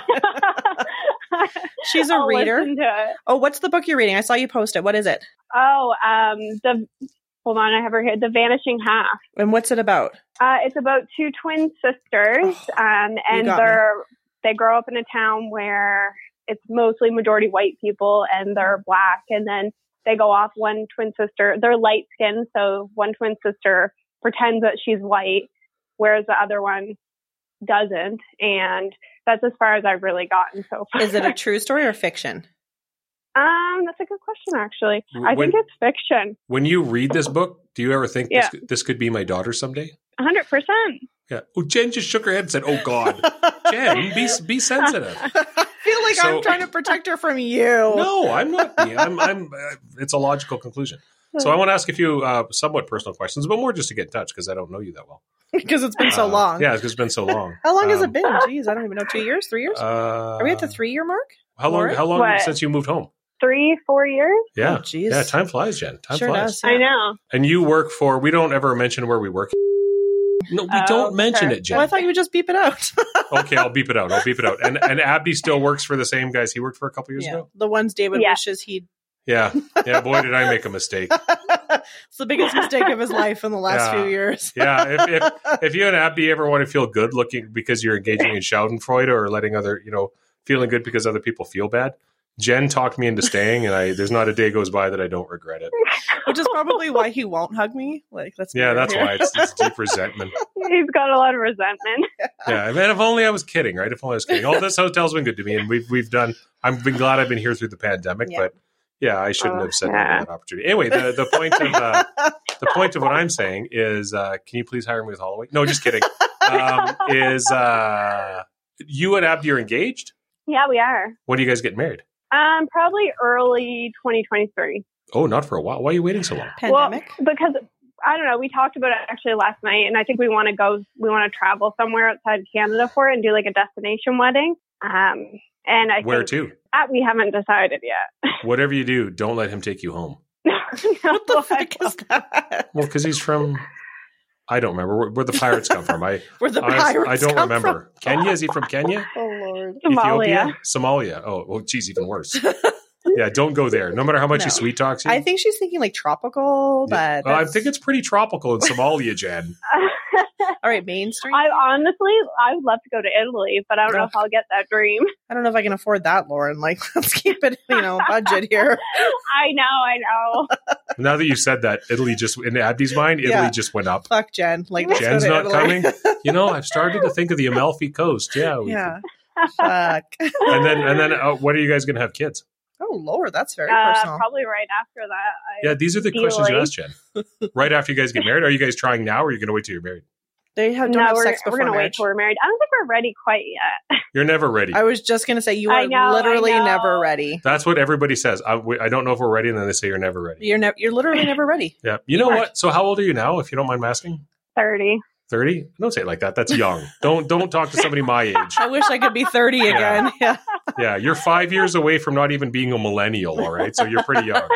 S3: She's a
S5: I'll
S3: reader.
S5: listen to it.
S3: Oh, what's the book you're reading? I saw you post it. What is it?
S5: Oh, um, the hold on, I have her here. The Vanishing Half.
S3: And what's it about?
S5: Uh, it's about two twin sisters,
S3: Oh,
S5: um, and
S3: got
S5: they're they grow up in a town where it's mostly majority white people, and they're black. And then they go off. One twin sister, they're light skinned, so one twin sister pretends that she's white, whereas the other one doesn't. And that's as far as I've really gotten so far.
S3: Is it a true story or fiction?
S5: um, that's a good question, actually. I
S1: When-
S5: think it's fiction,
S1: When you read this book, do you ever think
S5: Yeah.
S1: this, this could be my daughter someday?
S5: hundred percent.
S1: Yeah. Oh, Jen just shook her head and said, "Oh God, Jen, be be sensitive."
S3: I feel like I'm
S1: So-
S3: trying to protect her from you.
S1: No, I'm not. being- I'm. I'm. Uh, it's a logical conclusion. So I want to ask a few uh, somewhat personal questions, but more just to get in touch because I don't know you that well.
S3: because it's been so
S1: Uh,
S3: long.
S1: Yeah, 'cause it's been so long.
S3: How long has
S1: Um,
S3: it been? Jeez, I don't even know. Two years? Three years?
S1: Uh,
S3: Are we at the three year mark?
S1: How long?
S3: Lauren?
S1: How long
S5: What?
S1: since you moved home?
S5: Three, four years.
S1: Yeah.
S3: Oh, jeez.
S1: yeah. Time flies, Jen. Time
S3: sure
S1: flies.
S3: does.
S5: I
S3: yeah.
S5: know.
S1: And you work for. We don't ever mention where we work. No, we
S5: Oh,
S1: don't mention
S5: sure.
S1: it,
S3: Well, I
S1: Jen.
S3: thought you would just beep it out.
S1: okay, I'll beep it out. I'll beep it out. And and Abdi still works for the same guys he worked for a couple years
S3: Yeah.
S1: ago.
S3: The ones David
S5: Yeah.
S3: wishes he'd.
S1: Yeah. Yeah. Boy, did I make a mistake.
S3: it's the biggest mistake of his life in the last
S1: Yeah.
S3: few years.
S1: Yeah. If, if if you and Abdi ever want to feel good looking because you're engaging in Schadenfreude or letting other, you know, feeling good because other people feel bad, Jen talked me into staying, and I there's not a day goes by that I don't regret it.
S3: Which is probably why he won't hug me. Like, let's be
S1: Yeah,
S3: real
S1: that's
S3: here.
S1: why it's, it's deep resentment.
S5: He's got a lot of resentment.
S1: Yeah, I mean, if only I was kidding, right? If only I was kidding. All this hotel's been good to me, and we've we've done. I've been glad I've been here through the pandemic,
S3: Yeah.
S1: but yeah, I shouldn't
S5: Oh,
S1: have said no
S5: yeah.
S1: to that opportunity. Anyway, the the point of uh, the point of what I'm saying is, uh, can you please hire me with Holloway? No, just kidding. Um, is uh, you and Abdi are engaged?
S5: Yeah, we are.
S1: When do you guys get married?
S5: Um, probably early 2023.
S1: Oh, not for a while. Why are you waiting so long?
S3: Pandemic.
S5: Well, because I don't know. We talked about it actually last night, and I think we want to go. We want to travel somewhere outside Canada for it and do like a destination wedding. Um, and I
S1: Where
S5: think
S1: to?
S5: that we haven't decided yet.
S1: Whatever you do, don't let him take you home.
S5: what
S3: what the fuck is that?
S1: Well, because he's from. I don't remember where, where the pirates come from. I
S3: Where the
S1: honest-
S3: pirates
S1: I don't
S3: come
S1: remember. Kenya? Is he from Kenya?
S3: From? Oh Lord.
S5: Somalia?
S1: Ethiopia, Somalia. Oh, well, geez, even worse.
S5: No,
S1: Yeah, don't go there. No matter how much he
S3: No.
S1: sweet talks you.
S3: I think she's thinking like tropical,
S1: Yeah.
S3: but
S1: Well, I
S3: that's-
S1: think it's pretty tropical in Somalia, Jen.
S3: all right. Mainstream.
S5: I
S3: I,
S5: honestly, I would love to go to Italy, but I don't know if I'll get that dream.
S3: don't know if I can afford that, Lauren. Like, let's keep it, you know, budget here.
S5: I know, I know.
S1: now that you said that, Italy just in Abdi's mind, Italy
S3: Yeah.
S1: just went up.
S3: Fuck Jen. Like, let's go
S1: Jen's
S3: to
S1: not
S3: Italy.
S1: You know, I've started to think of the Amalfi Coast. Yeah. we-
S3: yeah. Fuck.
S1: And then and then uh, when are you guys going to have kids?
S3: Oh Lord, that's very
S5: uh,
S3: personal.
S5: probably right after that. I,
S1: Yeah, these are the questions you
S5: Ideally.
S1: asked, Jen. Right after you guys get married, are you guys trying now, or are you going to wait till you're married?
S3: They have don't
S5: no,
S3: have
S5: we're,
S3: sex
S5: we're
S3: before
S5: gonna wait
S3: marriage.
S5: till we're married. I don't think we're ready quite yet.
S1: You're never ready.
S3: I was just gonna say you
S5: I
S3: are
S5: know, I
S3: literally
S5: know.
S3: never ready.
S1: That's what everybody says. I, we- I don't know if we're ready, and then they say you're never ready.
S3: You're never. You're literally never ready.
S1: Yeah. You know what? So how old are you now, if you don't mind me asking?
S5: Thirty.
S1: Thirty? Don't say it like that. That's young. don't don't talk to somebody my age.
S3: I wish I could be thirty
S1: Yeah.
S3: again. Yeah.
S1: Yeah, you're five years away from not even being a millennial. All right, so you're pretty young.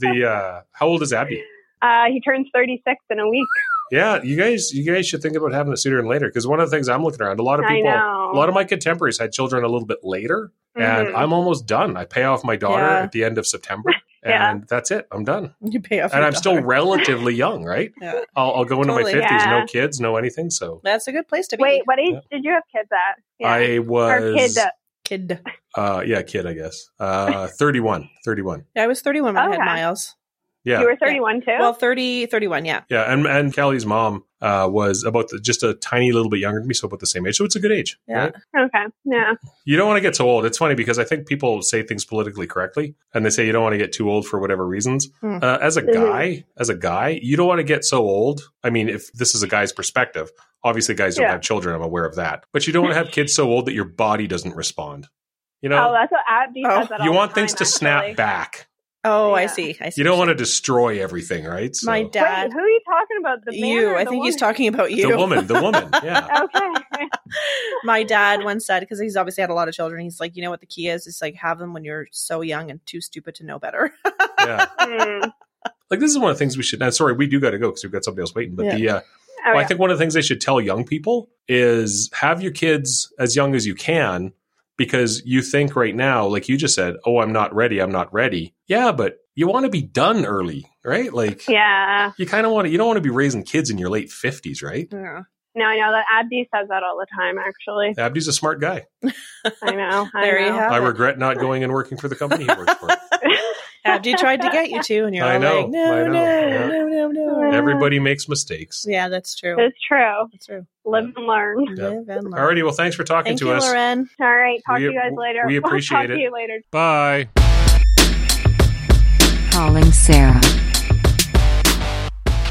S1: The uh, how old is Abby?
S5: Uh, he turns thirty six in a week.
S1: Yeah, you guys, you guys should think about having it sooner than later. Because one of the things I'm looking around, a lot of
S5: I
S1: people,
S5: know.
S1: a lot of my contemporaries had children a little bit later,
S5: Mhm.
S1: and I'm almost done. I pay off my daughter
S3: Yeah.
S1: at the end of September, and
S5: Yeah.
S1: that's it. I'm done,
S3: You pay off.
S1: and
S3: your
S1: I'm still
S3: daughter.
S1: relatively young, right?
S3: Yeah.
S1: I'll, I'll go into
S3: Totally.
S1: my 50s,
S5: Yeah.
S1: no kids, no anything. So
S3: That's a good place to be.
S5: Wait, what age did you have kids at?
S1: I
S5: Or
S1: was,
S5: kid at-
S3: kid.
S1: uh, yeah, kid, I guess, uh, 31, 31.
S3: Yeah, I was 31 when I
S5: Okay.
S3: had Miles.
S1: Yeah,
S5: You were thirty one too.
S3: Well, 30, 31, yeah.
S1: Yeah, and and Callie's mom uh, was about the, just a tiny little bit younger than me, so about the same age. So it's a good age.
S3: Yeah.
S5: okay. Yeah.
S1: You don't want to get so old. It's funny because I think people say things politically correctly, and they say you don't want to get too old for whatever reasons.
S3: Hmm.
S1: Uh, as a
S5: Mhm.
S1: guy, as a guy, you don't want to get so old. I mean, if this is a guy's perspective, obviously guys don't
S5: Yeah.
S1: have children. I'm aware of that, but you don't want to have kids so old that your body doesn't respond. You know,
S5: oh, that's what Abby
S3: Oh.
S5: says. That
S1: you
S5: all
S1: want
S5: the time,
S1: things to
S5: actually.
S1: snap back.
S3: Oh, I
S5: Yeah.
S3: see. I see.
S1: You don't want to destroy everything, right? So-
S3: My
S5: Wait,
S3: dad.
S5: who are you talking about? The man
S3: you.
S5: or
S3: I
S5: the
S3: think he's
S5: woman?
S3: talking about you.
S1: the woman, the woman, yeah.
S5: Okay.
S3: My dad once said, because he's obviously had a lot of children, he's like, you know what the key is? It's like have them when you're so young and too stupid to know better.
S1: yeah.
S5: Hmm.
S1: Like this is one of the things we should. And sorry, we do got to go because we've got somebody else waiting. But
S3: Yeah.
S1: the uh,
S5: Oh,
S1: well, I
S5: yeah.
S1: think one of the things they should tell young people is have your kids as young as you can because you think right now, like you just said, oh, I'm not ready. I'm not ready. Yeah, but you want to be done early, right? Like
S5: yeah.
S1: you kind of want to. You don't want to be raising kids in your late fifties, right?
S3: Yeah.
S5: No, I know that Abby says that all the time. Actually,
S1: Abdi's a smart guy.
S5: I know. I
S3: There you
S5: know.
S3: have
S1: I
S3: it.
S1: regret not going and working for the company he works for.
S3: Abdi tried to get you to, and you're
S1: I
S3: all
S1: know,
S3: like, no,
S1: I know,
S3: no,
S1: yeah.
S3: no, no, no.
S5: Yeah.
S1: Everybody makes mistakes.
S3: Yeah, that's true.
S5: It's true.
S3: That's true.
S5: Live and learn.
S1: Yeah.
S3: Live and learn.
S1: Alrighty, well, thanks for talking
S3: Thank
S1: to
S3: you,
S1: us.
S3: Lauren.
S5: All right. Talk
S1: We-
S5: to you guys later.
S1: we
S5: We'll
S1: appreciate
S5: talk
S1: it.
S5: to you later.
S1: Bye.
S2: Calling Sarah.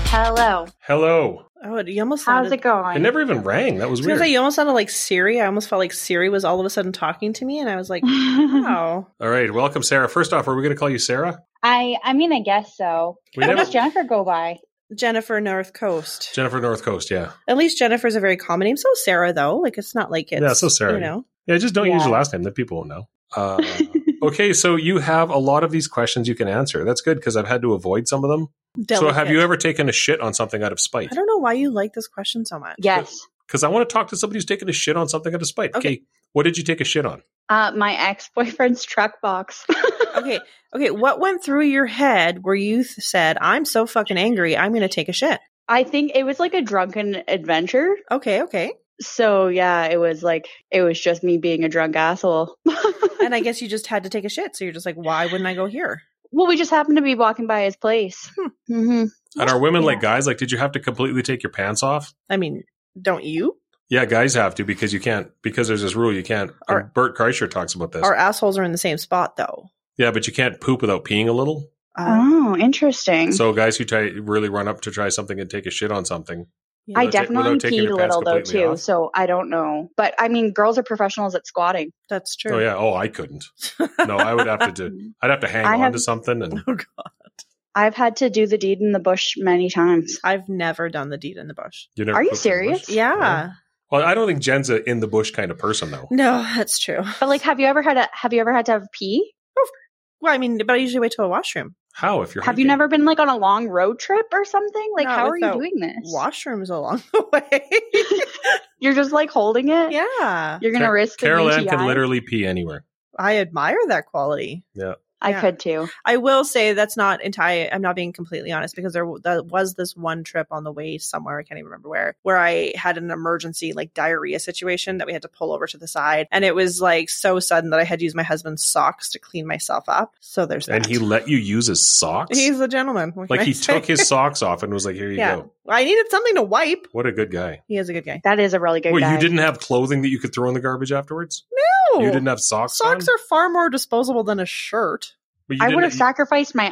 S6: Hello.
S1: Hello.
S3: Oh, it- you almost
S6: How's
S3: sounded.
S6: it going?
S1: It never even rang. That was
S3: I was gonna
S1: weird.
S3: say you almost sounded like Siri. I almost felt like Siri was all of a sudden talking to me, and I was like, "Wow,
S1: All right, welcome, Sarah. First off, are we going to call you Sarah?
S6: I I mean I guess so.
S1: We
S6: What
S1: never-
S6: does Jennifer go by?
S3: Jennifer North Coast."
S1: Jennifer North Coast, yeah,
S3: At least Jennifer's a very common name. So is Sarah though, like it's not like it's
S1: Yeah, so Sarah.
S3: You know,
S1: yeah. Just don't use
S6: Yeah.
S1: your last name; then people won't know. Uh, okay, so you have a lot of these questions you can answer. That's good because I've had to avoid some of them. So, have
S3: Delicate.
S1: you ever taken a shit on something out of spite?
S3: I don't know why you like this question so much.
S6: Yes.
S1: Because I want to talk to somebody who's taken a shit on something out of spite. Okay,
S3: Okay.
S1: what did you take a shit on?
S6: Uh, my ex boyfriend's truck box.
S3: Okay, okay. What went through your head where you th- said, "I'm so fucking angry, I'm gonna take a shit."
S6: I think it was like a drunken adventure.
S3: Okay, okay.
S6: So yeah, it was like it was just me being a drunk asshole.
S3: And I guess you just had to take a shit, so you're just like, "Why wouldn't I go here?"
S6: well, we just happened to be walking by his place. hmm
S1: And are women like
S6: Yeah.
S1: guys? Like, did you have to completely take your pants off?
S3: I mean, don't you?
S1: Yeah, guys have to because you can't because there's this rule you can't.
S3: Or-
S1: and Bert Kreischer talks about this.
S3: Our assholes are in the same spot though.
S1: yeah, but you can't poop without peeing a little.
S3: Uh,
S6: Oh, interesting.
S1: So guys who try really run up to try something and take a shit on something.
S3: yeah.
S6: I
S1: without ta-
S6: definitely
S1: without taking
S6: peed
S1: your
S6: a
S1: pants
S6: little though
S1: completely
S6: too,
S1: off.
S6: so I don't know. But I mean, girls are professionals at squatting.
S3: That's true.
S1: Oh yeah. Oh, I couldn't. No, I would have to do. I'd have to hang
S6: I
S1: on
S6: have-
S1: to something, and
S3: Oh, God.
S6: I've had to do the deed in the bush many times.
S3: I've never done the deed in the bush.
S1: you never.
S6: Are you
S1: pooped in the bush?
S6: serious?
S3: Yeah.
S1: Well, I don't think Jen's a in the bush kind of person, though.
S3: No, that's true.
S6: But like, have you ever had a? Have you ever had to have pee?
S3: Well, I mean, but I usually wait till a washroom.
S1: How if you're?
S6: Have you
S1: hiking?
S6: never been like on a long road trip or something? Like,
S3: Not
S6: how are you
S3: without
S6: doing this?
S3: washrooms along the way.
S6: You're just like holding it.
S3: yeah.
S6: You're gonna
S1: Car-
S6: risk the
S1: Carol Ann
S6: UTI?
S1: can literally pee anywhere.
S3: I admire that quality.
S6: I
S3: Yeah.
S6: could too.
S3: I will say that's not entire. I'm not being completely honest because there, w- there was this one trip on the way somewhere I can't even remember where, where I had an emergency like diarrhea situation that we had to pull over to the side, and it was like so sudden that I had to use my husband's socks to clean myself up. So there's that.
S1: And he let you use his socks?
S3: he's a gentleman. What can
S1: like
S3: I
S1: he
S3: say?
S1: took his socks off and was like, here you
S3: yeah.
S1: go.
S3: I needed something to wipe.
S1: What a good guy.
S3: He is a good guy.
S6: That is a really good
S1: Well,
S6: guy.
S1: you didn't have clothing that you could throw in the garbage afterwards?
S3: No,
S1: You didn't have socks
S3: socks
S1: on?
S3: are far more disposable than a shirt.
S1: But you
S6: I
S1: didn't- e
S6: would have sacrificed my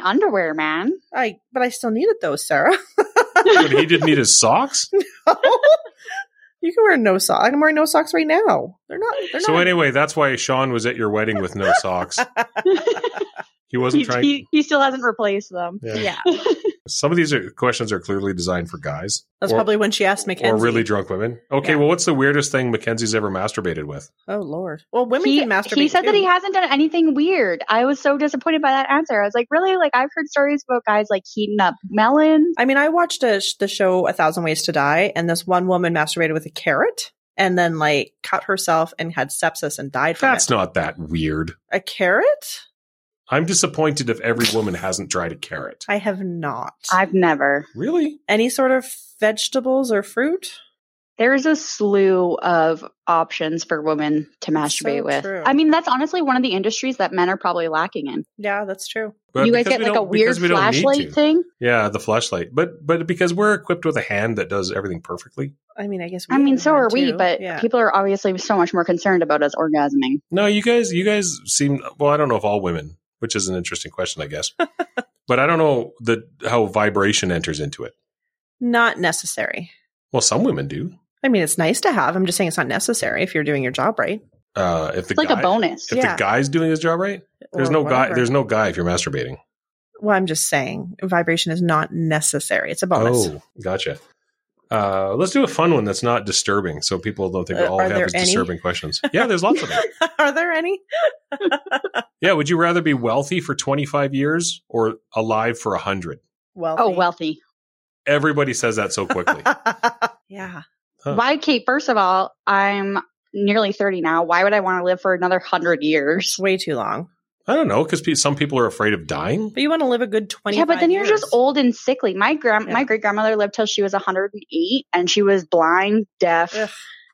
S6: underwear, man.
S3: I but I still needed those, Sarah.
S1: But he didn't need his socks?
S3: you can wear no socks. I can wear no socks right now. They're not. They're
S1: So
S3: not.
S1: anyway, that's why Sean was at your wedding with no socks. He wasn't
S6: he,
S1: trying.
S6: he, he still hasn't replaced them.
S1: Yeah. Some of these are, questions are clearly designed for guys.
S3: That's
S1: or,
S3: probably when she asked Mackenzie.
S1: or really drunk women. Okay,
S3: Yeah.
S1: well, what's the weirdest thing Mackenzie's ever masturbated with?
S3: Oh Lord. Well, women
S6: he,
S3: can masturbate.
S6: he said that
S3: too.
S6: he hasn't done anything weird. I was so disappointed by that answer. I was like, really? Like I've heard stories about guys like heating up melons.
S3: I mean, I watched a, sh- the show A Thousand Ways to Die, and this one woman masturbated with a carrot, and then like cut herself and had sepsis and died from
S1: That's
S3: it.
S1: not that weird.
S3: a carrot?
S1: I'm disappointed if every woman hasn't tried a carrot.
S3: I have not.
S6: I've never.
S1: Really?
S3: Any sort of vegetables or fruit?
S6: There's a slew of options for women to
S3: That's so
S6: masturbate with.
S3: true.
S6: I mean, that's honestly one of the industries that men are probably lacking in.
S3: Yeah, that's true.
S1: But
S6: you guys
S1: because
S6: get
S1: we
S6: like a
S1: don't- because
S6: weird
S1: we don't need
S6: flashlight
S1: to.
S6: thing.
S1: Yeah, the flashlight. But but because we're equipped with a hand that does everything perfectly.
S3: I mean, I guess.
S6: I mean, so
S3: have
S6: are we,
S3: too.
S6: but
S3: yeah.
S6: people are obviously so much more concerned about us orgasming.
S1: No, you guys you guys seem well, I don't know if all women, which is an interesting question, I guess. but I don't know the how vibration enters into it.
S3: not necessary.
S1: Well, some women do.
S3: I mean, it's nice to have. I'm just saying it's not necessary if you're doing your job right.
S1: Uh if the
S6: It's like
S1: guy,
S6: a bonus.
S1: if
S3: Yeah.
S1: the guy's doing his job right, there's
S3: or
S1: no guy
S3: whatever.
S1: there's no guy if you're masturbating.
S3: Well, I'm just saying vibration is not necessary. It's a bonus.
S1: Oh, gotcha. Uh, let's do a fun one that's not disturbing, so people don't think
S3: Uh,
S1: all
S3: are
S1: I have
S3: there
S1: is
S3: any?
S1: disturbing questions. Yeah, there's lots of them.
S3: Are there any?
S1: Yeah, would you rather be wealthy for 25 years or alive for 100?
S3: Well,
S6: Oh, wealthy.
S1: Everybody says that so quickly.
S3: yeah.
S1: Huh.
S6: Why, Kate? First of all, I'm nearly 30 now. Why would I want to live for another 100 years?
S3: It's way too long.
S1: I don't know because pe- some people are afraid of dying.
S3: But you want to live a good 20
S6: Yeah, but then you're just old and sickly. My grand,
S3: Yeah.
S6: my great grandmother lived till she was 108, and she was blind, deaf,
S3: Ugh.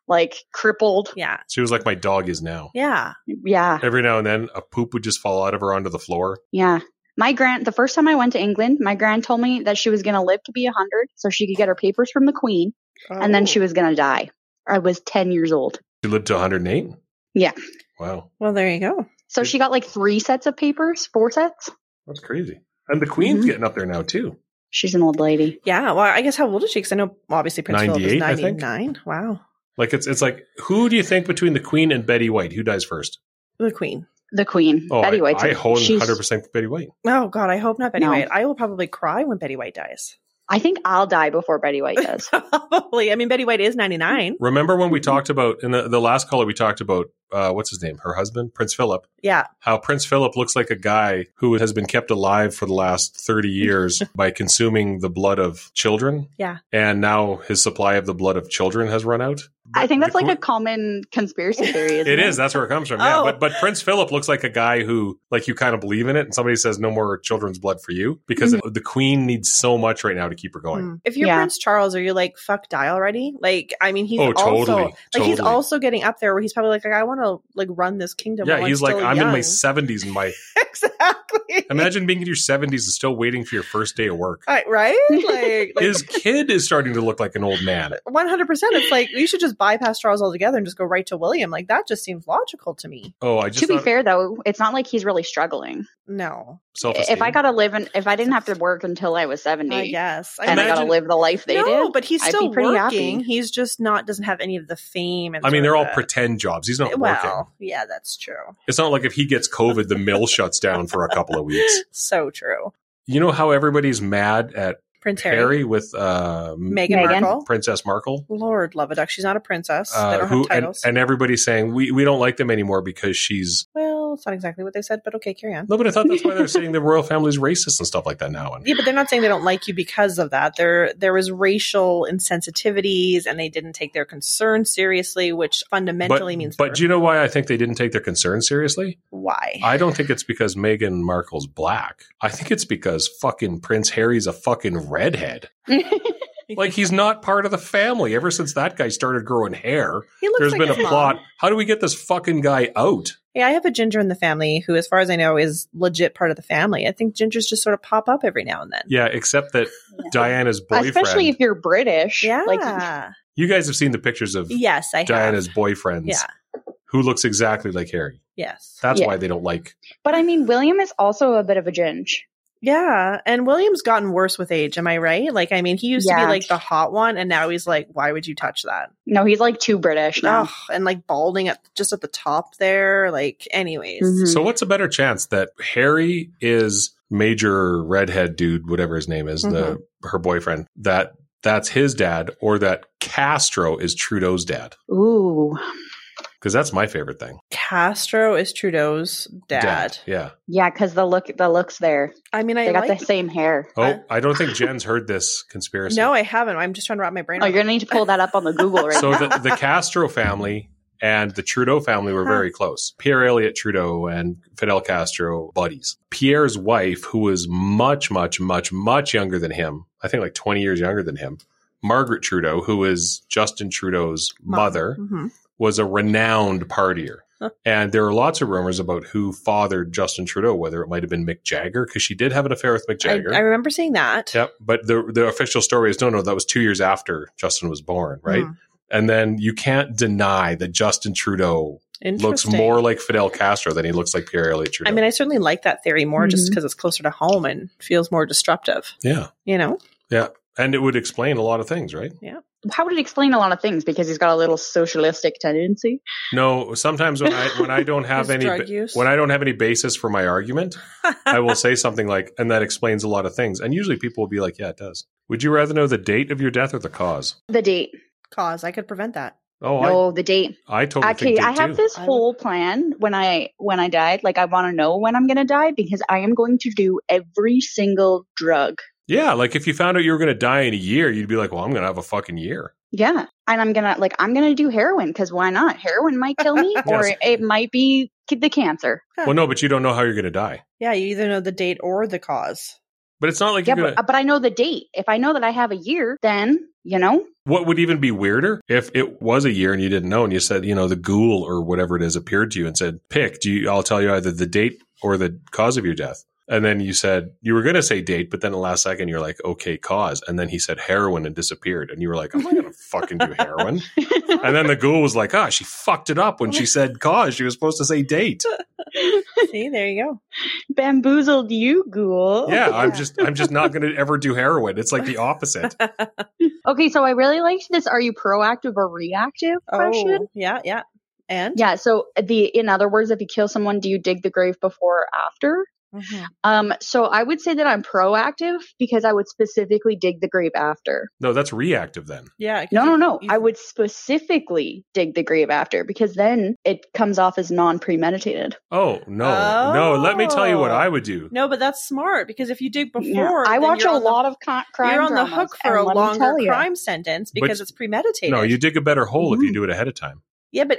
S6: like crippled.
S3: Yeah.
S1: She was like my dog is now.
S3: Yeah.
S6: Yeah,
S1: Every now and then, a poop would just fall out of her onto the floor.
S6: yeah. My grand, the first time I went to England, my grand told me that she was going to live to be 100 so she could get her papers from the Queen, and then she
S1: Oh.
S3: Oh.
S6: was going to die. I was 10 years old.
S1: She lived to 108.
S6: Yeah.
S1: Wow,
S3: Well, there you go.
S6: So she got like three sets of papers, four sets.
S1: that's crazy. And the queen's
S3: Mm-hmm.
S6: Mhm.
S1: getting up there now too.
S6: She's an old lady.
S3: Yeah. Well, I guess how old is she? Because I know obviously Prince Philip is
S1: 98, I think.
S3: 99. Wow.
S1: Like it's it's like who do you think between the queen and Betty White who dies first?
S3: The Queen.
S6: The Queen,
S1: Oh,
S6: Betty
S1: I-
S6: White.
S1: I hold
S6: she's-
S1: 100 percent Betty White.
S3: Oh, God. I hope not Betty
S6: No.
S3: White. I will probably cry when Betty White dies.
S6: I think I'll die before Betty White does.
S3: probably. I mean, Betty White is 99.
S6: Mm-hmm.
S1: Remember when we talked about in the, the last caller we talked about uh, what's his name, her husband, Prince Philip.
S3: Yeah.
S1: How Prince Philip looks like a guy who has been kept alive for the last 30 years by consuming the blood of children.
S3: Yeah.
S1: And now his supply of the blood of children has run out.
S6: I think that's
S1: The
S6: like a
S1: qu-
S6: common conspiracy theory. Isn't
S1: It
S6: it,
S1: is. That's where it comes from. Yeah.
S3: Oh.
S1: But but Prince Philip looks like a guy who like you kind of believe in it, and somebody says no more children's blood for you because the Queen needs so much right now to keep her going.
S3: Mm. If you're
S6: Yeah.
S3: Prince Charles, are you like fuck die already? Like, I mean, he's
S1: Oh,
S3: also
S1: totally,
S3: like he's
S1: totally.
S3: also getting up there where he's probably like, like I want to like run this kingdom.
S1: Yeah,
S3: while
S1: he's
S3: I'm
S1: like
S3: still
S1: I'm in my
S3: young."
S1: 70s and my
S3: exactly.
S1: imagine being in your 70s and still waiting for your first day of work.
S3: I- right? Like, like
S1: his kid is starting to look like an old man.
S3: 100%. It's like you should just bypass Charles altogether and just go right to William. Like that just seems logical to me.
S1: Oh, I
S6: To
S1: just
S6: be
S1: thought
S6: fair, though, it's not like he's really struggling.
S3: No,
S1: self-esteem.
S6: If I got to live, in, if I didn't have to work until I was seventy,
S3: I guess. I
S6: and I got to
S1: Imagine-
S6: live the life they
S3: no,
S6: did,
S3: but he's
S6: I'd be
S3: still
S6: pretty
S3: working.
S6: happy.
S3: He's just not doesn't have any of the fame. And
S1: I mean,
S3: sort
S1: they're all
S3: of the-
S1: pretend jobs. He's not working.
S3: Well, yeah, that's true.
S1: It's not like if he gets COVID, the mill shuts down for a couple of weeks.
S3: So true.
S1: You know how everybody's mad at
S3: Prince Harry,
S1: Harry, with uh,
S3: Meghan,
S6: Meghan.
S3: Markle.
S1: Princess Markle,
S3: Lord love a duck. She's not a princess. they
S1: uh,
S3: don't
S1: who
S3: have
S1: and,
S3: titles.
S1: and everybody's saying we, we don't like them anymore because she's
S3: well, well, it's not exactly what they said, but okay, carry on.
S1: No, but I thought that's why they're saying the royal family's racist and stuff like that now. And
S3: Yeah, but they're not saying they don't like you because of that. There there was racial insensitivities and they didn't take their concern seriously, which fundamentally
S1: but,
S3: means
S1: but do you know why I think they didn't take their concern seriously?
S3: why.
S1: I don't think it's because Meghan Markle's black. I think it's because fucking Prince Harry's a fucking redhead. Like he's not part of the family. Ever since that guy started growing hair,
S3: he looks
S1: there's
S3: like
S1: been
S3: his
S1: a
S3: mom.
S1: plot. How do we get this fucking guy out?
S3: Yeah, I have a ginger in the family who, as far as I know, is legit part of the family. I think gingers just sort of pop up every now and then.
S1: Yeah, except that Diana's boyfriend.
S6: Especially if you're British.
S3: Yeah.
S6: Like
S1: you guys have seen the pictures of
S3: yes, I
S1: Diana's
S3: have.
S1: boyfriends
S3: Yeah.
S1: who looks exactly like Harry.
S3: Yes.
S1: That's
S6: Yeah.
S1: why they don't like.
S6: but I mean William is also a bit of a ginge.
S3: yeah. And William's gotten worse with age. Am I right? Like, I mean, he used to
S6: Yeah.
S3: be like the hot one, and now he's like, why would you touch that?
S6: No, he's like too British now.
S3: Ugh, and like balding at just at the top there. Like, anyways.
S6: Mhm.
S1: So what's a better chance that Harry is major redhead dude, whatever his name is,
S3: Mm-hmm.
S1: the her boyfriend that that's his dad, or that Castro is Trudeau's dad?
S6: Ooh.
S1: Because that's my favorite thing.
S3: Castro is Trudeau's dad.
S1: Yeah.
S6: Yeah, because the look the looks there.
S3: I mean, I
S6: They got
S3: like.
S6: the same hair.
S1: Oh,
S3: I-
S1: I don't think Jen's heard this conspiracy.
S3: no, I haven't. I'm just trying to wrap my brain.
S6: Oh,
S3: around
S6: you're gonna need to pull that up on the Google right
S1: so
S6: now.
S1: the, the Castro family and the Trudeau family were very close. Pierre Elliott Trudeau and Fidel Castro buddies. Pierre's wife, who was much, much, much, much younger than him, I think like 20 years younger than him, Margaret Trudeau, who is Justin Trudeau's
S3: Mom.
S1: mother,
S6: Mm-hmm.
S3: Mhm.
S1: was a renowned partier.
S3: Huh.
S1: And there are lots of rumors about who fathered Justin Trudeau, whether it might have been Mick Jagger, because she did have an affair with Mick
S3: I,
S1: Jagger.
S3: I remember seeing that.
S1: Yep. But the the official story is no, no, that was two years after Justin was born, right?
S3: Hmm.
S1: And then you can't deny that Justin Trudeau looks
S3: Interesting.
S1: more like Fidel Castro than he looks like Pierre Elliott Trudeau.
S3: I mean, I certainly like that theory more just
S6: Mhm.
S3: because it's closer to home and feels more disruptive,
S1: yeah.
S3: you know?
S1: And it would explain a lot of things, right?
S6: How would it explain a lot of things? Because he's got a little socialistic tendency.
S1: No, sometimes when I when I don't have
S3: His
S1: any
S3: drug
S1: ba-
S3: use.
S1: when I don't have any basis for my argument, I will say something like, and that explains a lot of things. And usually people will be like, Yeah, it does. Would you rather know the date of your death or the cause?
S6: The date.
S3: Cause I could prevent that.
S1: Oh,
S6: no, the date.
S1: I, I totally
S6: okay,
S1: think date
S6: I have
S1: too.
S6: this
S3: I would-
S6: whole plan when I when I died. Like I want to know when I'm gonna die because I am going to do every single drug.
S1: Yeah, like if you found out you were going to die in a year, you'd be like, "Well, I'm going to have a fucking year."
S6: Yeah, and I'm gonna like I'm gonna do heroin because why not? Heroin might kill me, or
S1: Yes.
S6: it might be the cancer.
S3: Huh.
S1: Well, no, but you don't know how you're going to die.
S3: Yeah, you either know the date or the cause.
S1: But it's not like
S6: yeah,
S1: you're going
S6: but, uh,
S1: to.
S6: but I know the date. If I know that I have a year, then you know.
S1: What would even be weirder if it was a year and you didn't know, and you said, you know, the ghoul or whatever it is appeared to you and said, "Pick. Do you? I'll tell you either the date or the cause of your death." And then you said you were going to say date, but then the last second you're like, "Okay, cause." And then he said heroin and disappeared, and you were like, "I'm not going to fucking do heroin." And then the ghoul was like, "Ah, she fucked it up when she said cause. She was supposed to say date."
S3: See, there you go.
S6: Bamboozled you, ghoul.
S1: Yeah, I'm
S3: Yeah.
S1: just I'm just not going to ever do heroin. It's like the opposite.
S6: Okay, so I really liked this. Are you proactive or reactive? Question.
S3: Oh, yeah, yeah. And?
S6: Yeah. So uh, the in other words, if you kill someone, do you dig the grave before or after?
S3: Mhm.
S6: Um, so I would say that I'm proactive because I would specifically dig the grave after.
S1: No, that's reactive then.
S3: Yeah. 'cause
S6: No, no,
S3: you-
S6: no.
S3: you-
S6: I would specifically dig the grave after because then it comes off as non premeditated.
S1: Oh no, no. Let me tell you what I would do.
S3: No, but that's smart because if you dig before,
S6: I
S3: then
S6: watch
S3: you're
S6: a
S3: on the-
S6: lot of con- crime.
S3: You're on the
S6: dramas,
S3: hook for
S6: and
S3: a
S6: let me
S3: longer
S6: tell ya.
S3: crime sentence because it's premeditated.
S1: No, you dig a better hole if you do it ahead of time.
S3: yeah, but,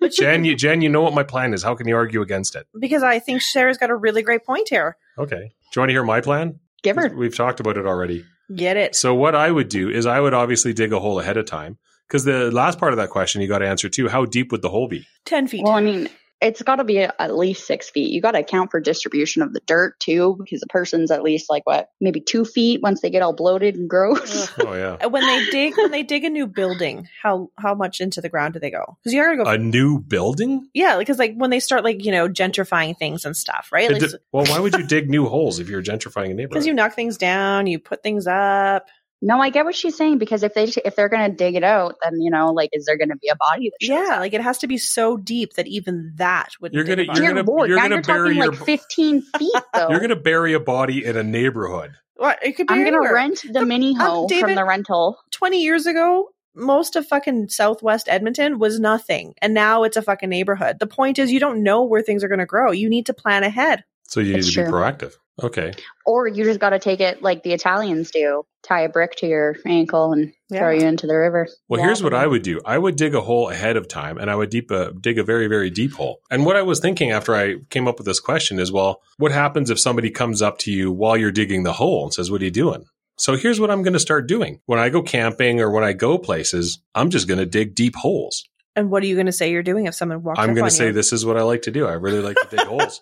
S3: but you,
S1: Jen, you, Jen, you know what my plan is. How can you argue against it?
S3: because I think Sarah's got a really great point here.
S1: Okay. Do you want to hear my plan?
S6: Give her.
S1: We've talked about it already.
S3: Get it?
S1: So what I would do is I would obviously dig a hole ahead of time because the last part of that question you got to answer too. How deep would the hole be?
S3: Ten feet.
S6: Well, I mean, it's got to be at least six feet. You got to account for distribution of the dirt too, because the person's at least like what, maybe two feet once they get all bloated and gross.
S3: Ugh.
S1: Oh yeah,
S3: Uh, when they dig when they dig a new building, how how much into the ground do they go? Because you gotta go.
S1: a new building.
S3: yeah, because like when they start like you know gentrifying things and stuff, right?
S1: It
S3: Like,
S1: de- well, why would you dig new holes if you're gentrifying a
S3: because
S1: neighborhood?
S3: you knock things down, you put things up.
S6: no, I get what she's saying because if they if they're gonna dig it out, then you know, like, is there gonna be a body? That shows
S3: Yeah,
S6: up?
S3: like it has to be so deep that even that would.
S1: You're gonna-
S6: Dear
S1: gonna-
S6: Lord,
S1: you're
S6: now
S1: gonna
S6: you're
S1: bury
S6: talking
S1: your
S6: like
S1: bo-
S6: 15 feet though.
S1: You're going to bury a body in a neighborhood.
S3: Well, it could be.
S6: I'm gonna
S3: anywhere.
S6: rent the
S3: The-
S6: mini
S3: um,
S6: hoe
S3: David-
S6: from the rental.
S3: Twenty years ago, most of fucking southwest Edmonton was nothing. And now it's a fucking neighborhood. The point is, you don't know where things are going to grow. You need to plan ahead.
S1: So you need
S6: It's
S1: to be
S6: true.
S1: proactive. Okay.
S6: Or you just got to take it like the Italians do tie a brick to your ankle and throw
S3: Yeah.
S6: you into the river.
S1: Well,
S3: Yeah.
S1: here's what I would do. I would dig a hole ahead of time and I would deep a, dig a very, very deep hole. And what I was thinking after I came up with this question is, well, what happens if somebody comes up to you while you're digging the hole and says, what are you doing? So here's what I'm going to start doing. When I go camping or when I go places, I'm just going to dig deep holes.
S3: And what are you going to say you're doing if someone walks?
S1: I'm
S3: going to
S1: say this is what I like to do. I really like to dig holes.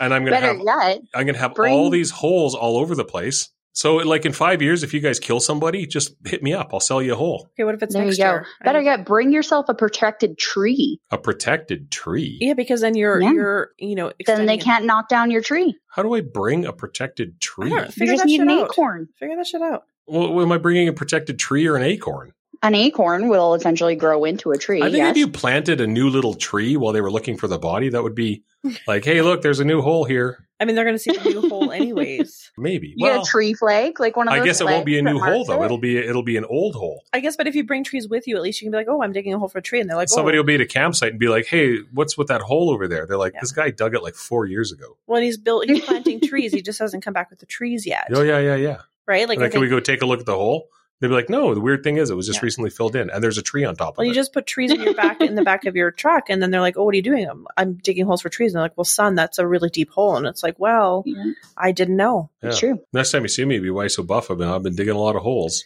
S1: And I'm going to
S6: Better
S1: have
S6: yet,
S1: I'm going to have
S6: Bring-
S1: all these holes all over the place. So, like in five years, if you guys kill somebody, just hit me up. I'll sell you a hole,
S3: Okay, what if it's
S6: there you
S3: next
S6: go.
S3: year?
S6: Better
S3: I-
S6: yet, bring yourself a protected tree.
S1: a protected tree.
S3: Yeah, because then you're
S6: Yeah.
S3: you're you know
S6: Then they
S3: extending it.
S6: can't knock down your tree.
S1: How do I bring a protected
S3: I
S1: tree?
S3: don't know,
S6: You
S3: figure
S6: just
S3: that
S6: need
S3: shit
S6: an
S3: out.
S6: acorn.
S3: Figure that shit out.
S1: Well, am I bringing a protected tree or an acorn?
S6: An acorn will essentially grow into a tree.
S1: I think
S6: yes.
S1: if you planted a new little tree while they were looking for the body, that would be like, hey, look, there's a new hole here.
S3: I mean, they're going to see the new hole anyways.
S1: Maybe.
S6: You
S1: well,
S6: get a tree flag, like one of those.
S1: I guess it won't be a
S6: flags
S1: new
S6: that
S1: hole
S6: marks
S1: though.
S6: it.
S1: It'll be it'll be an old hole.
S3: I guess, but if you bring trees with you, at least you can be like, oh, I'm digging a hole for a tree, and they're like, oh.
S1: Somebody will be at a campsite and be like, hey, what's with that hole over there? They're like,
S3: Yeah.
S1: this guy dug it like four years ago.
S3: when he's built, he's planting trees. He just hasn't come back with the trees yet,
S1: Oh yeah, yeah, yeah.
S3: right?
S1: Like,
S3: Like, I
S1: can we
S3: think,
S1: go take a look at the hole? They'd be like, no. The weird thing is, it was just
S3: Yeah.
S1: recently filled in, and there's a tree on top
S3: well,
S1: of
S3: you
S1: it.
S3: just put trees in your back in the back of your truck, and then they're like, oh, what are you doing? I'm, I'm digging holes for trees, and they're like, well, son, that's a really deep hole, and it's like, well,
S6: Yeah,
S3: I didn't know.
S6: It's
S1: Yeah.
S6: true.
S1: Next time you see me, be why so buff? I've been I've been digging a lot of holes.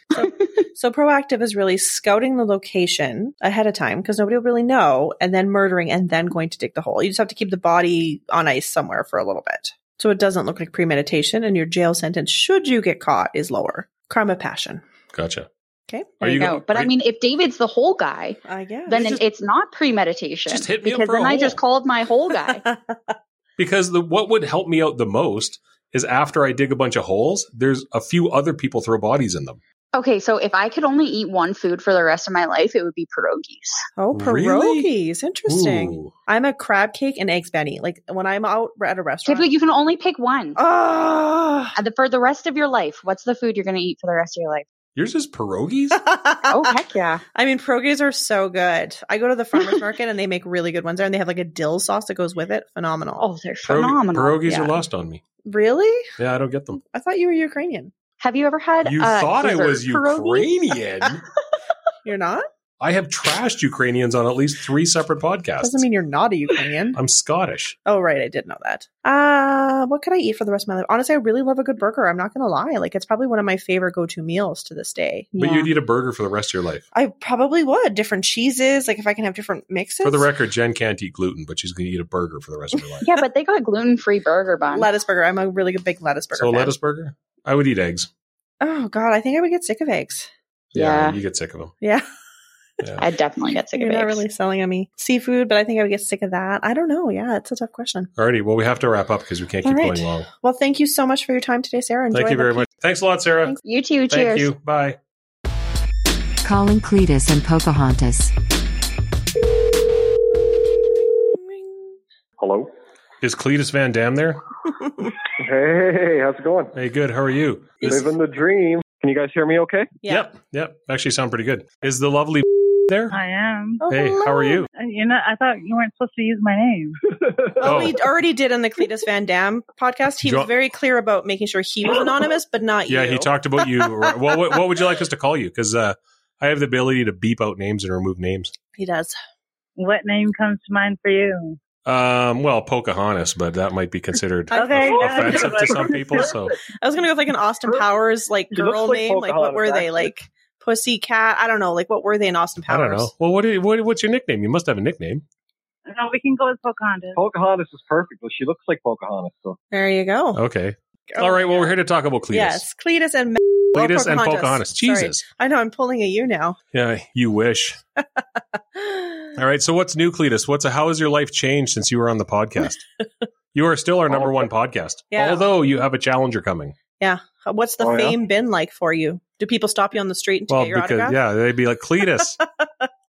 S3: So proactive is really scouting the location ahead of time because nobody will really know, and then murdering and then going to dig the hole. You just have to keep the body on ice somewhere for a little bit. So it doesn't look like premeditation, and your jail sentence, should you get caught, is lower. Crime of passion.
S1: Gotcha.
S3: Okay.
S1: Are
S6: There you
S1: you
S6: go.
S1: go-
S6: But
S1: are
S6: I
S1: you-
S6: mean, if David's the whole guy,
S3: I guess.
S6: then
S1: You just-
S6: it's not premeditation.
S1: Just hit me up
S6: because
S1: for a
S6: then I
S1: hole.
S6: just called my whole guy.
S1: Because the what would help me out the most is after I dig a bunch of holes, there's a few other people throw bodies in them.
S6: okay, so if I could only eat one food for the rest of my life, it would be pierogies.
S3: oh, pierogies.
S1: Really?
S3: Interesting.
S1: Ooh.
S3: I'm a crab cake and eggs Benny. Like when I'm out at a restaurant.
S6: Typically, you can only pick one.
S3: Oh. Ah.
S6: And the- for the rest of your life, what's the food you're going to eat for the rest of your life?
S1: Yours is pierogies?
S3: Uh,
S6: Oh, heck yeah.
S3: I mean, pierogies are so good. I go to the farmer's market and they make really good ones there, and they have like a dill sauce that goes with it. Phenomenal.
S6: Oh, they're
S1: Pierogi-
S6: phenomenal.
S1: Pierogies
S3: yeah.
S1: are lost on me.
S3: Really?
S1: Yeah, I don't get them.
S3: I thought you were Ukrainian.
S6: Have you ever had?
S1: You
S6: uh,
S1: thought I
S6: dessert
S1: was
S6: pierogies?
S1: Ukrainian.
S3: You're not?
S1: I have trashed Ukrainians on at least three separate podcasts.
S3: Doesn't mean you're not a Ukrainian.
S1: I'm Scottish.
S3: Oh, right. I did know that. Uh, what could I eat for the rest of my life? Honestly, I really love a good burger. I'm not going to lie. Like, it's probably one of my favorite go to meals to this day.
S1: But
S6: Yeah.
S1: you'd eat a burger for the rest of your life.
S3: I probably would. Different cheeses. Like, if I can have different mixes.
S1: For the record, Jen can't eat gluten, but she's going to eat a burger for the rest of her life.
S6: Yeah, but they got gluten free burger buns.
S3: lettuce burger. I'm a really good big lettuce burger.
S1: so a
S3: fan.
S1: lettuce burger? I would eat eggs.
S3: Oh, God. I think I would get sick of eggs.
S6: Yeah.
S1: You get sick of them.
S3: Yeah.
S1: Yeah.
S6: I definitely get sick
S3: You're
S6: of
S3: not
S6: eggs.
S3: really selling on me. Seafood, but I think I would get sick of that. I don't know. Yeah, it's a tough question.
S1: Alrighty. Well, we have to wrap up because we can't keep
S3: All right.
S1: going long.
S3: Well, thank you so much for your time today, Sarah. Enjoy
S1: Thank you
S3: the
S1: very much. Thanks a lot, Sarah.
S3: Thanks.
S6: You too. Cheers.
S1: Thank you. Bye.
S2: Calling Cletus and Pocahontas.
S7: Hello.
S1: Is Cletus Van Dam there?
S7: Hey, how's it going?
S1: Hey, good. How are you? This-
S7: Living the dream. Can you guys hear me okay?
S3: Yeah.
S1: Yep. Yep. Actually, sound pretty good. Is the lovely there?
S8: I am.
S3: Oh,
S1: hey, how are
S3: hello.
S1: you?
S8: Uh, You know, I thought you weren't supposed to use my name.
S3: Well,
S1: Oh.
S3: we already did on the Cletus Van Dam podcast. He
S1: Do you
S3: was
S1: want-
S3: very clear about making sure he was anonymous, but not
S1: Yeah,
S3: you.
S1: he talked about you. well, what, what would you like us to call you? Because uh, I have the ability to beep out names and remove names.
S3: He does.
S8: What name comes to mind for you?
S1: Um, well, Pocahontas, but that might be considered
S3: I-
S8: Okay, that's
S1: offensive
S8: good.
S1: to some people. So
S3: I was gonna go with like an Austin Powers like
S7: She looks
S3: girl
S7: like
S3: name. Like what were
S7: Pocahontas,
S3: they like? Pussy cat? I don't know. Like what were they in Austin
S1: I
S3: Powers?
S1: don't know. Well, what, do you- what what's your nickname? You must have a nickname.
S8: No, we can go with Pocahontas.
S1: Oh.
S7: Pocahontas is perfect. Well, she looks like Pocahontas. So
S3: There you go.
S1: Okay. All right. Well, we're here to talk about Cletus.
S3: Oh, Yes, Cletus and Ma- well,
S1: Cletus and Pocahontas.
S3: Sorry.
S1: Jesus.
S3: I know I'm pulling a you now.
S1: Yeah, you wish. All right. So, what's new, Cletus? What's how has your life changed since you were on the podcast? you are still our number one podcast,
S3: Yeah.
S1: although you have a challenger coming.
S3: What's the
S7: Oh, yeah?
S3: fame been like for you? Do people stop you on the street and to
S1: Well,
S3: get your
S1: because
S3: autograph?
S1: yeah, they'd be like Cletus.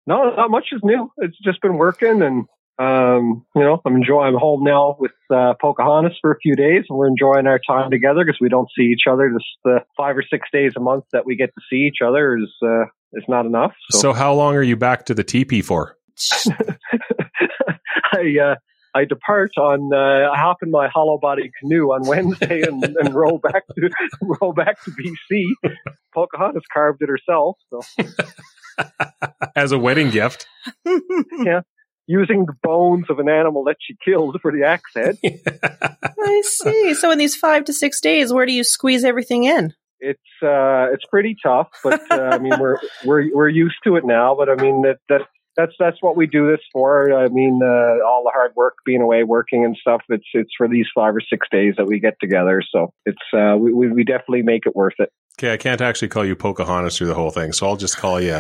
S7: no, not much is new. It's just been working and Um, you know, I'm enjoying. I'm home now with uh, Pocahontas for a few days, and we're enjoying our time together because we don't see each other. This the five or six days a month that we get to see each other is uh, is not enough. So,
S1: So, how long are you back to the teepee for?
S7: I uh, I depart on uh, I hop in my hollow body canoe on Wednesday and, and row back to row back to BC. Pocahontas carved it herself, so
S1: As a wedding gift.
S7: using the bones of an animal that she killed for the axe head.
S3: I see. So in these five to six days, where do you squeeze everything in?
S7: it's uh, it's pretty tough, but uh, I mean we're we're we're used to it now. But I mean that that that's that's what we do this for. I mean uh, all the hard work, being away, working and stuff. It's it's for these five or six days that we get together. So it's uh, we we we definitely make it worth it.
S1: Okay, I can't actually call you Pocahontas through the whole thing, so I'll just call you.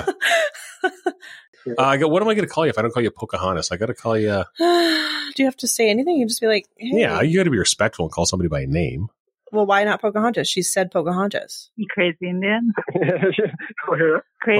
S1: uh, I go, what am I going to call you if I don't call you Pocahontas? I got to call you.
S3: do you have to say anything? You just be like, hey,
S1: Yeah, you got to be respectful and call somebody by name.
S3: Well, why not Pocahontas? She said Pocahontas.
S8: You crazy Indian? Crazy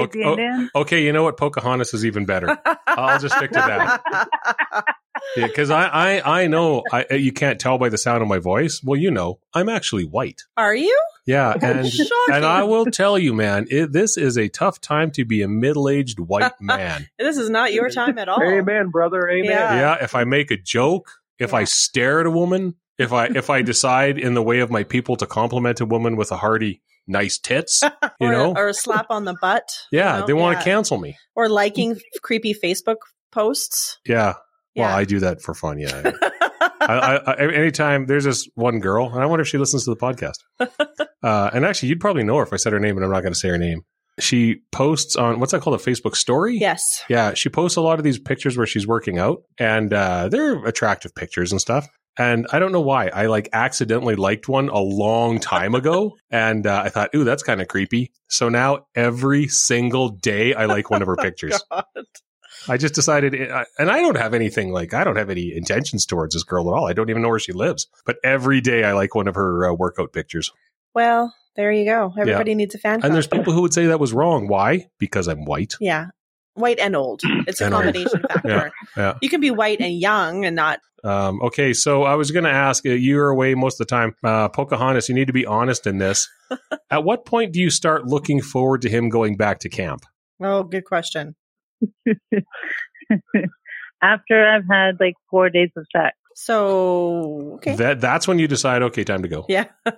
S1: Okay, oh.
S8: Indian?
S1: Okay, you know what? Pocahontas is even better I'll just stick to
S3: that.
S1: because I, I, I know I, uh, you can't tell by the sound of my voice. Well, you know, I'm actually white.
S3: Are you?
S1: Yeah, and
S3: Oh, Shocking.
S1: and I will tell you, man, it, this is a tough time to be a middle-aged white man.
S3: This is not your time at all.
S7: amen, brother. Amen.
S3: Oh. Yeah.
S1: yeah, if I make a joke, if I
S3: Yeah.
S1: stare at a woman, if I if I decide in the way of my people to compliment a woman with a hearty nice tits, you
S3: or,
S1: know.
S3: or a slap on the butt. you
S1: yeah,
S3: know?
S1: they want
S3: Yeah.
S1: to cancel me.
S3: Or liking creepy Facebook posts.
S1: Yeah. Well,
S3: Yeah.
S1: I do that for fun. Yeah. I, I, I, anytime there's this one girl, and I wonder if she listens to the podcast. Uh, and actually, you'd probably know her if I said her name, and I'm not going to say her name. She posts on what's that called a Facebook story?
S3: yes.
S1: Yeah, she posts a lot of these pictures where she's working out, and uh, they're attractive pictures and stuff. And I don't know why I like accidentally liked one a long time ago, and uh, I thought, "Ooh, that's kind of creepy." So now every single day, I like one of her pictures.
S3: God.
S1: I just decided, eh, I- and I don't have anything like I don't have any intentions towards this girl at all. I don't even know where she lives, but every day I like one of her uh, workout pictures.
S3: Well, there you go. Everybody needs a fan
S1: And
S3: club.
S1: there's people who would say that was wrong. Why? Because I'm white.
S3: Yeah. White and old. It's a
S1: And old.
S3: combination factor.
S1: yeah.
S3: You can be white and young and not.
S1: Um, okay, so I was going to ask. uh, You're away most of the time, uh, Pocahontas. You need to be honest in this. At what point do you start looking forward to him going back to camp?
S3: Oh, good question.
S8: After I've had like four days of sex.
S3: So, okay.
S1: That that's when you decide. Okay, time to go.
S3: yeah. Fair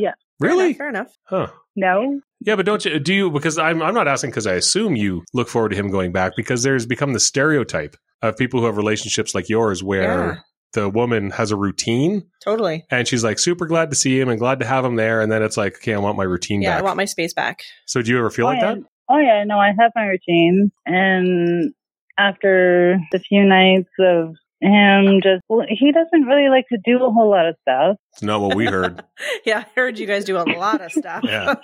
S3: enough,
S1: Really?
S3: Fair enough.
S1: Huh.
S8: No?
S1: Yeah, but don't you do you because I'm I'm not asking because I assume you look forward to him going back because there's become the stereotype of people who have relationships like yours where
S3: Yeah.
S1: the woman has a routine
S3: Totally.
S1: and she's like super glad to see him and glad to have him there and then it's like okay I want my routine
S3: Yeah,
S1: back.
S3: I want my space back.
S1: so do you ever feel like
S8: yeah.
S1: that?
S8: Oh yeah, no, I have my routine, and after the few nights of him just, well, he doesn't really like to do a whole lot of stuff.
S1: It's not what we heard.
S3: Yeah, I heard you guys do a lot of stuff.
S1: Yeah.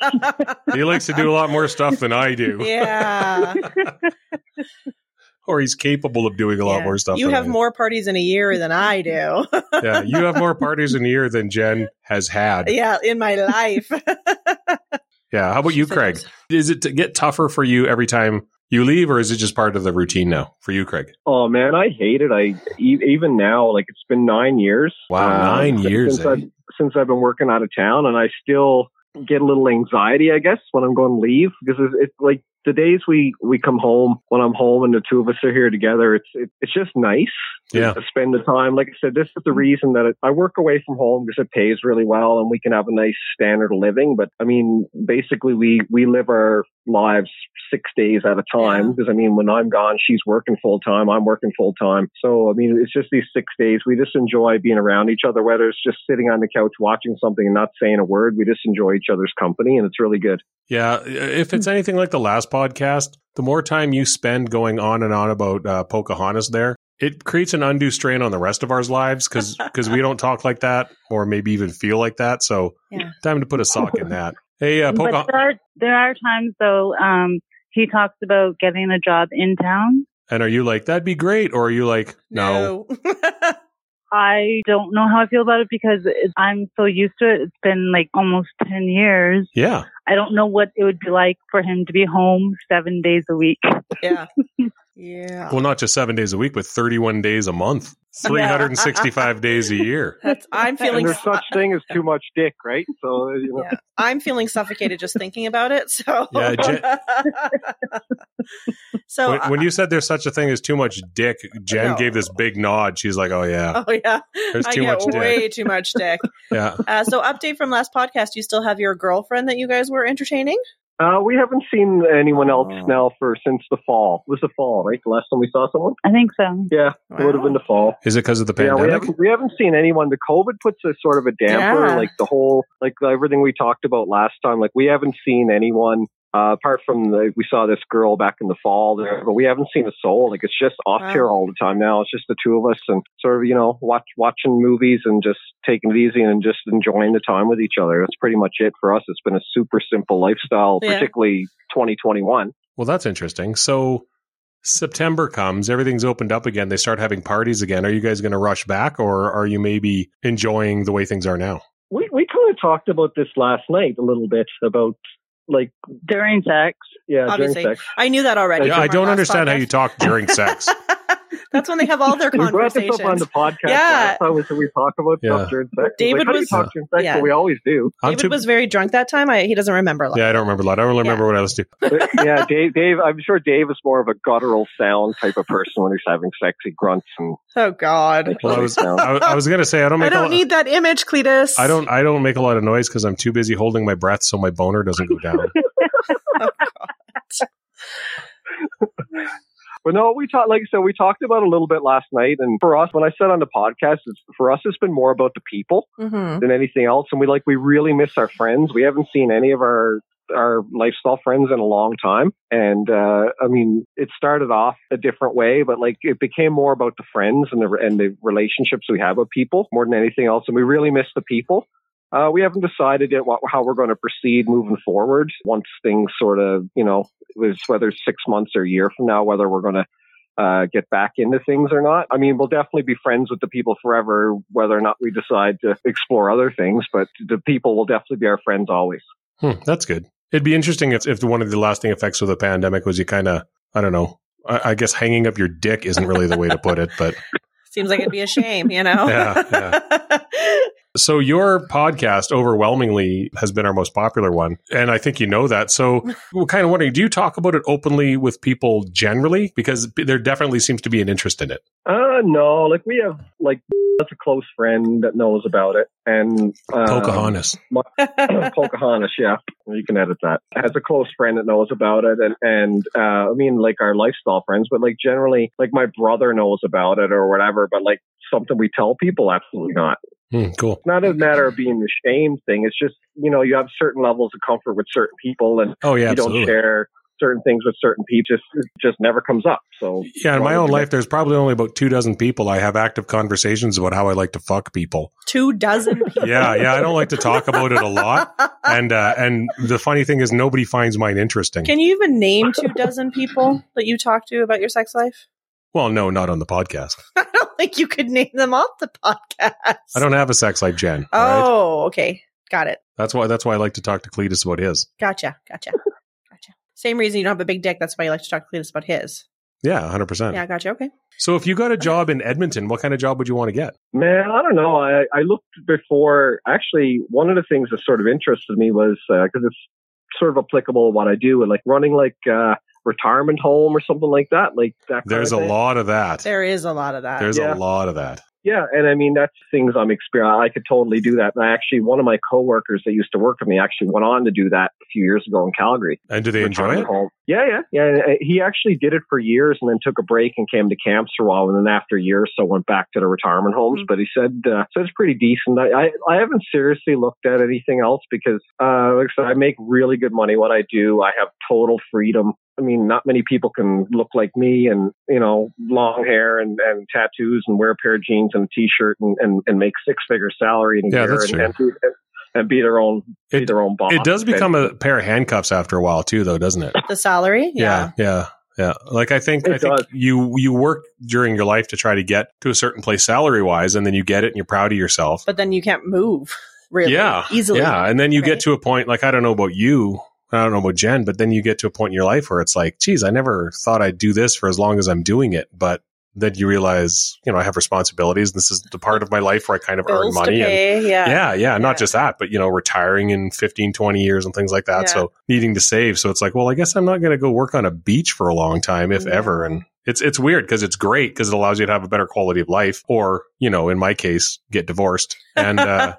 S1: he likes to do a lot more stuff than I do.
S3: Yeah.
S1: Or he's capable of doing a lot
S3: Yeah.
S1: more stuff.
S3: You
S1: than
S3: have
S1: I do.
S3: more parties in a year than I do.
S1: Yeah, you have more parties in a year than Jen has had.
S3: yeah, in my life.
S1: Yeah. How about you, Craig? Is it to get tougher for you every time you leave, or is it just part of the routine now for you, Craig?
S7: Oh man, I hate it. I e- even now, like it's been nine years.
S1: Wow,
S7: Uh,
S1: nine
S7: since-
S1: years,
S7: since
S1: eh?
S7: I've, since I've been working out of town, and I still get a little anxiety, I guess, when I'm going to leave because it's, it's like the days we we come home when I'm home and the two of us are here together. It's it, it's just nice. to-
S1: Yeah.
S7: To spend the time, like I said, this is the reason that it, I work away from home because it pays really well and we can have a nice standard of living. But I mean, basically, we we live our lives six days at a time
S3: Yeah.
S7: because I mean, when I'm gone, she's working full time, I'm working full time. So I mean, it's just these six days. We just enjoy being around each other, whether it's just sitting on the couch watching something and not saying a word. We just enjoy each other's company, and it's really good.
S1: Yeah. If it's anything like the last podcast, the more time you spend going on and on about uh, Pocahontas there, it creates an undue strain on the rest of our lives because we don't talk like that or maybe even feel like that. So,
S3: Yeah.
S1: time to put a sock in that. Hey, uh,
S8: But there
S1: Pocahontas.
S8: are there are times though. Um, he talks about getting a job in town.
S1: And are you like, that'd be great? Or are you like, no?
S8: I don't know how I feel about it because it, I'm so used to it. It's been like almost ten years.
S1: Yeah.
S8: I don't know what it would be like for him to be home seven days a week.
S3: yeah. Yeah.
S1: Well, not just seven days a week, but 31 days a month, 365 days a year.
S3: That's, I'm
S7: And
S3: feeling
S7: there's such thing as too much dick, right? So you know,
S3: Yeah. I'm feeling suffocated just thinking about it. So
S1: Yeah,
S3: So
S1: when, when you said there's such a thing as too much dick, Jen
S3: No.
S1: gave this big nod. She's like, "Oh yeah,
S3: Oh yeah,
S1: There's
S3: I
S1: too
S3: get
S1: much dick.
S3: way too much dick.
S1: yeah."
S3: Uh, so, update from last podcast: you still have your girlfriend that you guys were entertaining?
S7: uh, we haven't seen anyone else
S3: Oh.
S7: now for since the fall. It was the fall, right? The last time we saw someone.
S8: I think so.
S7: Yeah, it would have been the fall.
S1: Is it because of the
S7: Yeah, we
S1: pandemic?
S7: haven't, we haven't seen anyone. The COVID puts a sort of a damper,
S3: Yeah.
S7: like the whole, like everything we talked about last time. Like we haven't seen anyone uh, apart from the, we saw this girl back in the fall there, but we haven't seen a soul. Like it's just off
S3: Wow.
S7: here all the time now. It's just the two of us and sort of you know watch watching movies and just taking it easy and just enjoying the time with each other. That's pretty much it for us. It's been a super simple lifestyle,
S3: Yeah.
S7: particularly 2021.
S1: well, that's interesting. So September comes, everything's opened up again. They start having parties again. Are you guys going to rush back, or are you maybe enjoying the way things are now?
S7: We we kind of talked about this last night a little bit about like
S8: During sex.
S7: yeah
S3: Obviously.
S7: during sex.
S3: I knew that already.
S1: Yeah,
S3: from
S1: I
S3: our
S1: don't
S3: last
S1: understand how
S3: podcast.
S1: you talk during sex.
S3: That's when they have all their
S7: We brought this
S3: conversations.
S7: up on the podcast
S3: Yeah.
S7: last time. We said we talk about
S1: Yeah.
S7: stuff during sex. It's
S3: David
S7: like, how do you
S3: was-
S7: talk during sex,
S3: yeah.
S7: but we always do.
S1: I'm
S3: David
S1: too.
S3: was very drunk that time. I, he doesn't remember a lot.
S1: yeah, I don't remember a lot. I don't remember what I listened to.
S7: But, yeah, Dave, Dave. I'm sure Dave is more of a guttural sound type of person when he's having sex. He grunts and
S3: Oh God,
S7: makes
S1: Well, I
S7: funny
S1: was,
S7: sounds.
S1: I, I was going to say I don't
S3: I
S1: make.
S3: don't
S1: a,
S3: need that image, Cletus.
S1: I don't. I don't make a lot of noise because I'm too busy holding my breath, so my boner doesn't go down.
S7: But no, we talked. Like I said, we talked about it a little bit last night. And for us, when I said on the podcast, it's, for us, it's been more about the people
S3: Mhm.
S7: than anything else. And we like we really miss our friends. We haven't seen any of our our lifestyle friends in a long time. And uh, I mean, it started off a different way, but like it became more about the friends and the and the relationships we have with people more than anything else. And we really miss the people. Uh, we haven't decided yet what, how we're going to proceed moving forward. Once things sort of, you know, was whether six months or a year from now, whether we're going to uh, get back into things or not. I mean, we'll definitely be friends with the people forever, whether or not we decide to explore other things, but the people will definitely be our friends always.
S1: Hmm, that's good. It'd be interesting if, if one of the lasting effects of the pandemic was you kind of, I don't know, I, I guess hanging up your dick isn't really the way to put it. But
S3: Seems like it'd be a shame, you know.
S1: Yeah, so your podcast overwhelmingly has been our most popular one. And I think you know that. So we're kind of wondering do you talk about it openly with people generally? Because there definitely seems to be an interest in it.
S7: Uh, no, like we have, like, that's a close friend that knows about it. And, uh,
S1: Pocahontas.
S7: Pocahontas, yeah. You can edit that. Has a close friend that knows about it, and and uh, I mean like our lifestyle friends, but like generally, like my brother knows about it or whatever. But like something we tell people, absolutely not.
S1: Hmm, cool.
S7: It's not a matter of being ashamed thing. It's just, you know, you have certain levels of comfort with certain people and
S1: Oh, yeah,
S7: you
S1: absolutely.
S7: don't share certain things with certain people. Just, it just never comes up. So
S1: Yeah, in my
S7: Well,
S1: own
S7: yeah.
S1: life, there's probably only about two dozen people I have active conversations about how I like to fuck people.
S3: Two dozen people.
S1: Yeah, yeah, I don't like to talk about it a lot. And uh, and the funny thing is, nobody finds mine interesting.
S3: Can you even name two dozen people that you talk to about your sex life?
S1: Well, no, not on the podcast.
S3: I don't think you could name them off the podcast.
S1: I don't have a sex life, Jen. all right?
S3: Oh, okay. Got it.
S1: That's why that's why I like to talk to Cletus about his.
S3: Gotcha. Gotcha. gotcha. Same reason you don't have a big dick. That's why you like to talk to Cletus about his.
S1: Yeah, 100%.
S3: Yeah, gotcha. Okay.
S1: So if you got a job in Edmonton, what kind of job would you want to get?
S7: man, I don't know. I, I looked before. Actually, one of the things that sort of interested me was because it's sort of applicable to what I do and like running like uh, retirement home or something like that. Like that. kind
S1: There's
S7: of
S1: a
S7: thing.
S1: lot of that.
S3: There is a lot of that.
S1: There's
S7: Yeah.
S1: a lot of that.
S7: Yeah, and I mean that's things I'm experienced. I could totally do that. And I actually, one of my coworkers that used to work with me actually went on to do that a few years ago in Calgary.
S1: And do they enjoy it?
S7: retirement home. Yeah, yeah, yeah. And, uh, He actually did it for years, and then took a break and came to camps for a while, and then after a year or so, went back to the retirement homes.
S3: Mhm.
S7: But he said uh, so it's pretty decent. I, I I haven't seriously looked at anything else because, uh, like I said, I make really good money what I do. I have total freedom. I mean, not many people can look like me and, you know, long hair and, and tattoos and wear a pair of jeans and a t shirt and, and, and make six figure salary in a
S1: Yeah,
S7: year
S1: that's
S7: and,
S1: true.
S7: and, be, and be their own be
S1: It,
S7: their own boss.
S1: it does become a pair of handcuffs after a while too though, doesn't it?
S3: the salary. Yeah.
S1: yeah, yeah. yeah. Like I think
S7: It
S1: I think
S7: does.
S1: you you work during your life to try to get to a certain place salary wise and then you get it and you're proud of yourself.
S3: But then you can't move really
S1: yeah
S3: easily.
S1: yeah and then you
S3: right?
S1: get to a point like i don't know about you I don't know about Jen, but then you get to a point in your life where it's like, geez, I never thought I'd do this for as long as I'm doing it. But then you realize, you know, I have responsibilities. This is the part of my life where I kind of earn
S3: Bills
S1: money.
S3: to
S1: and
S3: pay. yeah.
S1: yeah, yeah,
S3: Yeah.
S1: not just that, but you know, retiring in 15, 20 years and things like that.
S3: Yeah.
S1: So needing to save. So it's like, well, I guess I'm not going to go work on a beach for a long time, if
S3: No.
S1: ever. And it's, it's weird because it's great because it allows you to have a better quality of life or, you know, in my case, get divorced. And, uh,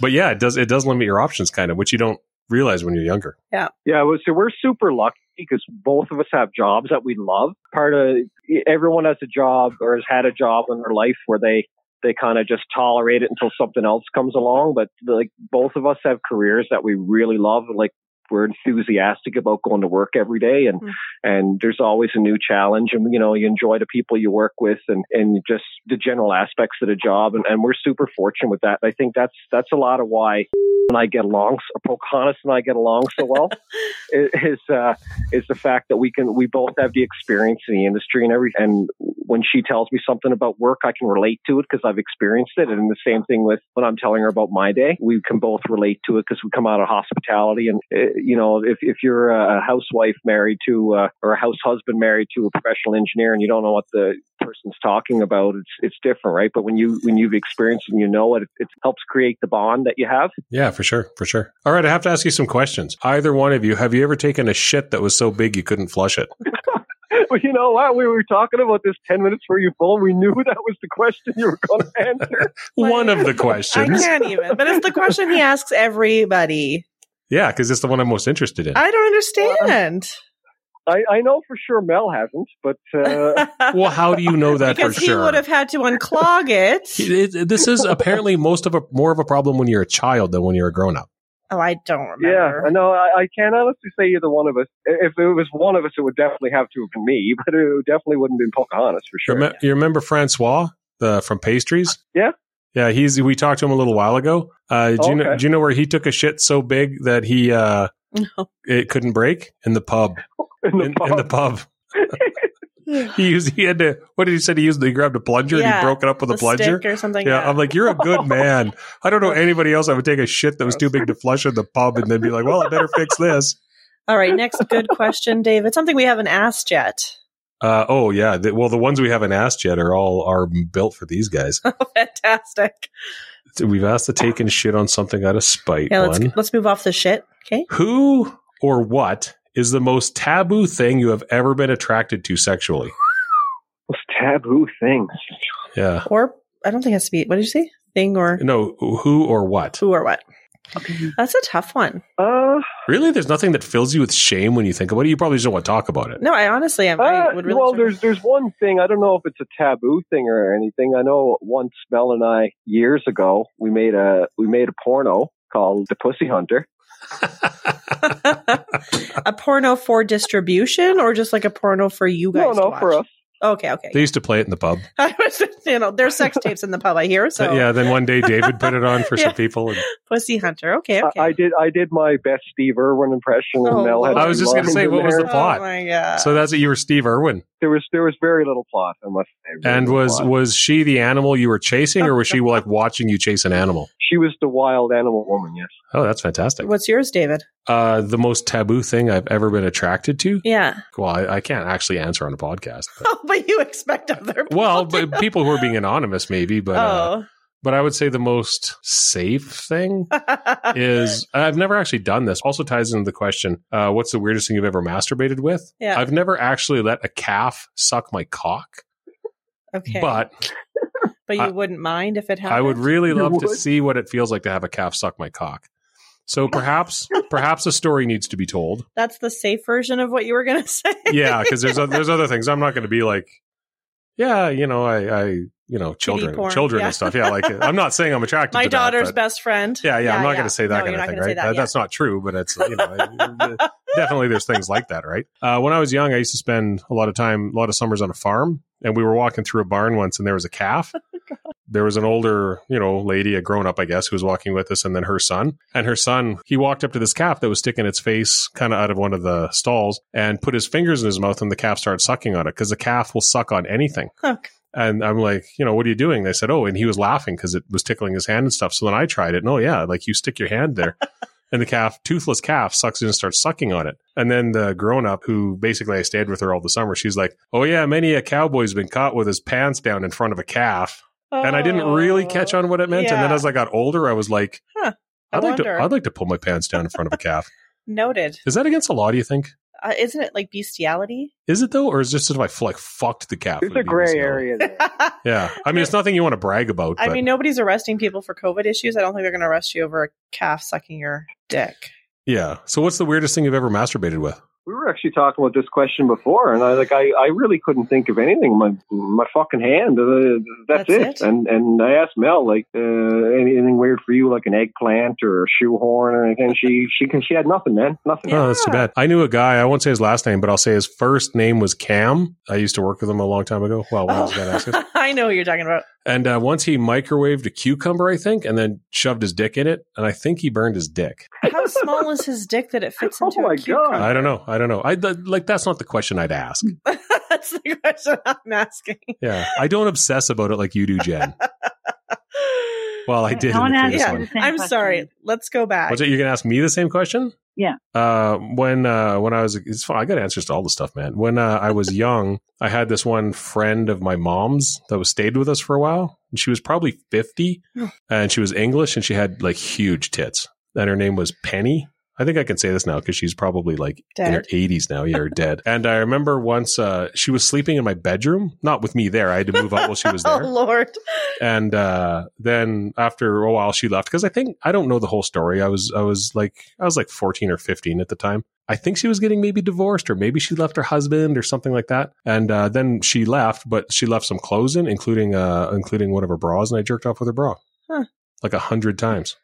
S1: but yeah, it does, it does limit your options kind of, which you don't realize when you're younger.
S7: Yeah, well, so we're super lucky because both of us have jobs that we love. Part of e, everyone has a job or has had a job in their life where they they kind of just tolerate it until something else comes along. But like both of us have careers that we really love. Like we're enthusiastic about going to work every day, and
S3: Mm.
S7: and there's always a new challenge. And you know, you enjoy the people you work with, and and just the general aspects of the job. And, and we're super fortunate with that. I think that's that's a lot of why. And I get along, so- Pocahontas and I get along so well is uh, is the fact that we can we both have the experience in the industry and every and when she tells me something about work, I can relate to it because I've experienced it, and the same thing with when I'm telling her about my day, we can both relate to it because we come out of hospitality, and uh, you know if if you're a housewife married to uh, or a house husband married to a professional engineer and you don't know what the person's talking about, it's it's different, right? But when you when you've experienced it and you know it, it helps create the bond that you have.
S1: Yeah, for sure. For sure. All right. I have to ask you some questions. Either one of you, have you ever taken a shit that was so big you couldn't flush it?
S7: well, you know what? We were talking about this 10 minutes before you phone. We knew that was the question you were going to answer.
S3: Like-
S1: one of the
S3: I
S1: questions.
S3: can't even. But it's the question he asks everybody.
S1: Yeah. Cause it's the one I'm most interested in.
S3: I don't understand.
S7: I, I know for sure Mel hasn't, but uh,
S1: well, how do you know that
S3: because
S1: for
S3: he
S1: sure?
S3: would have had to unclog it.
S1: It- it- this is apparently most of a more of a problem when you're a child than when you're a grown up.
S3: Oh, I don't
S7: yeah,
S3: remember.
S7: I know. I, I can't honestly say either one of us. I- If it was one of us, it would definitely have to have been me, but it definitely wouldn't have been Pocahontas for sure.
S1: You, rem- you remember Francois the, from Pastries?
S7: Yeah.
S1: yeah. He's we talked to him a little while ago. Uh,
S3: Oh,
S1: do you know?
S7: Okay.
S1: Do you know where he took a shit so big that he uh,
S3: No.
S1: it couldn't break in the pub?
S7: In the
S1: in,
S7: pub.
S1: in the pub. he used he had to. What did he said? He used he grabbed a plunger and
S3: Yeah,
S1: he broke it up with a
S3: The
S1: plunger.
S3: stick or something.
S1: Yeah, I'm like, you're a good man. I don't know anybody else that would take a shit that was too big to flush in the pub and then be like, well, I better fix this.
S3: All right, next good question, David. Something we haven't asked yet.
S1: Uh, oh yeah. The, well, the ones we haven't asked yet are all are built for these guys.
S3: Oh, Fantastic.
S1: We've asked to take and shit on something out of spite.
S3: Yeah,
S1: one.
S3: let's let's move off the shit. Okay.
S1: Who or what is the most taboo thing you have ever been attracted to sexually?
S7: Those taboo things.
S1: Yeah.
S3: Or I don't think it has to be. What did you say? Thing or
S1: No. Who or what?
S3: who or what? That's a tough one.
S7: Uh,
S1: Really? There's nothing that fills you with shame when you think about it. You probably just don't want to talk about it.
S3: No, I honestly, am, I
S7: Uh,
S3: would really.
S7: well,
S3: try-
S7: there's there's one thing I don't know if it's a taboo thing or anything. I know once Mel and I years ago we made a we made a porno called The Pussy Hunter.
S3: a porno for distribution or just like a porno for you
S7: No,
S3: guys?
S7: no,
S3: to watch?
S7: for us.
S3: Okay, okay.
S1: They used to play it in the pub.
S3: I was, you know, there's sex tapes in the pub. I hear so.
S1: But yeah. Then one day David put it on for
S3: Yeah.
S1: some people. And
S3: Pussy Hunter. Okay,
S7: I-
S3: okay.
S7: I, did I did my best Steve Irwin impression. and
S3: Oh,
S7: Mel had
S3: I was
S7: some
S3: just gonna
S7: lines
S3: say,
S7: in
S1: what was
S7: there.
S1: the plot.
S3: Oh my god.
S1: so that's it. You were Steve Irwin.
S7: there was there was very little plot. I must say. very
S1: And
S7: little
S1: was
S7: plot.
S1: was she the animal you were chasing, or was she like watching you chase an animal?
S7: she was the wild animal woman? Yes.
S1: Oh, that's fantastic.
S3: What's yours, David?
S1: Uh, the most taboo thing I've ever been attracted to.
S3: Yeah.
S1: Well, I, I can't actually answer on a podcast. but-
S3: Oh, but you expect other. People
S1: well,
S3: to-
S1: but people who are being anonymous, maybe. But uh,
S3: oh.
S1: but I would say the most safe thing is I've never actually done this. Also ties into the question: uh, What's the weirdest thing you've ever masturbated with?
S3: Yeah.
S1: I've never actually let a calf suck my cock,
S3: okay.
S1: but
S3: But you
S1: I-
S3: wouldn't mind if it happened.
S1: I would really
S7: You
S1: love to
S7: would?
S1: see what it feels like to have a calf suck my cock. So perhaps, perhaps a story needs to be told.
S3: That's the safe version of what you were gonna say.
S1: Yeah, because there's o- there's other things. I'm not going to be like, yeah, you know, I, I you know, children,
S3: porn,
S1: children
S3: yeah.
S1: and stuff. Yeah, like I'm not saying I'm attracted.
S3: My
S1: to that,
S3: daughter's
S1: but-
S3: best friend.
S1: Yeah, yeah, I'm not going to say that
S3: No,
S1: kind
S3: you're
S1: of
S3: not
S1: thing,
S3: gonna say
S1: right?
S3: that,
S1: That-
S3: yeah.
S1: That's not true, but it's you know, definitely there's things like that, right? Uh, when I was young, I used to spend a lot of time, a lot of summers on a farm, and we were walking through a barn once, and there was a calf. There was an older, you know, lady, a grown up, I guess, who was walking with us, and then her son. And her son, he walked up to this calf that was sticking its face kind of out of one of the stalls and put his fingers in his mouth, and the calf started sucking on it because the calf will suck on anything.
S3: Huh.
S1: And I'm like, you know, what are you doing? They said, oh, and he was laughing because it was tickling his hand and stuff. So then I tried it. And oh, yeah, like you stick your hand there. and the calf, toothless calf, sucks in and starts sucking on it. And then the grown up who basically I stayed with her all the summer, she's like, "Oh yeah, many a cowboy's been caught with his pants down in front of a calf." And I didn't really catch on what it meant. And then
S3: Yeah.
S1: as I got older, I was like,
S3: Oh, Huh. I
S1: I'd like
S3: wonder.
S1: to I'd like to pull my pants down in front of a calf.
S3: Noted.
S1: Is that against the law, do you think?
S3: Uh, isn't it like bestiality?
S1: Is it though, or is it just if I like fucked the calf?
S7: There's
S1: would
S7: a
S1: be
S7: gray
S1: misnomer?
S7: area there.
S1: Yeah, I mean, it's nothing you want to brag about.
S3: I
S1: but
S3: mean, nobody's arresting people for COVID issues. I don't think they're going to arrest you over a calf sucking your dick.
S1: yeah. So, what's the weirdest thing you've ever masturbated with?
S7: We were actually talking about this question before, and I like I, I really couldn't think of anything. My my fucking hand. Uh,
S3: That's
S7: that's,
S3: it?
S7: it. And and I asked Mel like uh, anything weird for you, like an eggplant or a shoehorn or anything. She she can, she had nothing, man. Nothing.
S1: Oh, that's too bad. I knew a guy. I won't say his last name, but I'll say his first name was Cam. I used to work with him a long time ago. Well, when I was about to ask it.
S3: Oh, I know what you're talking about.
S1: And uh, once he microwaved a cucumber, I think, and then shoved his dick in it, and I think he burned his dick.
S3: How small is his dick that it fits
S7: Oh
S3: into
S7: my
S3: a
S7: God.
S3: cucumber?
S1: I don't know. I don't know. I th- like that's not the question I'd ask.
S3: Hmm. That's the question I'm asking.
S1: Yeah, I don't obsess about it like you do, Jen. Well, I did.
S8: No
S1: in
S8: one
S1: the
S8: asked
S1: previous
S8: you
S3: yeah,
S1: one.
S8: the same
S3: I'm
S8: question.
S3: sorry. Let's go back.
S1: Was it you're gonna ask me the same question?
S8: Yeah.
S1: Uh, when uh, when I was, it's fine. I got answers to all the stuff, man. When uh, I was young, I had this one friend of my mom's that was stayed with us for a while, and she was probably fifty, and she was English, and she had like huge tits, and her name was Penny. I think I can say this now because she's probably like in her
S3: Dead.
S1: 80s now. Yeah, or dead. And I remember once uh, she was sleeping in my bedroom, not with me there. I had to move out while she was
S3: oh
S1: there
S3: Lord.
S1: and uh, then after a while she left because i think i don't know the whole story i was i was like i was like 14 or 15 at the time i think she was getting maybe divorced or maybe she left her husband or something like that and uh, then she left but she left some clothes in including uh including one of her bras and i jerked off with her bra
S3: Huh.
S1: like a hundred times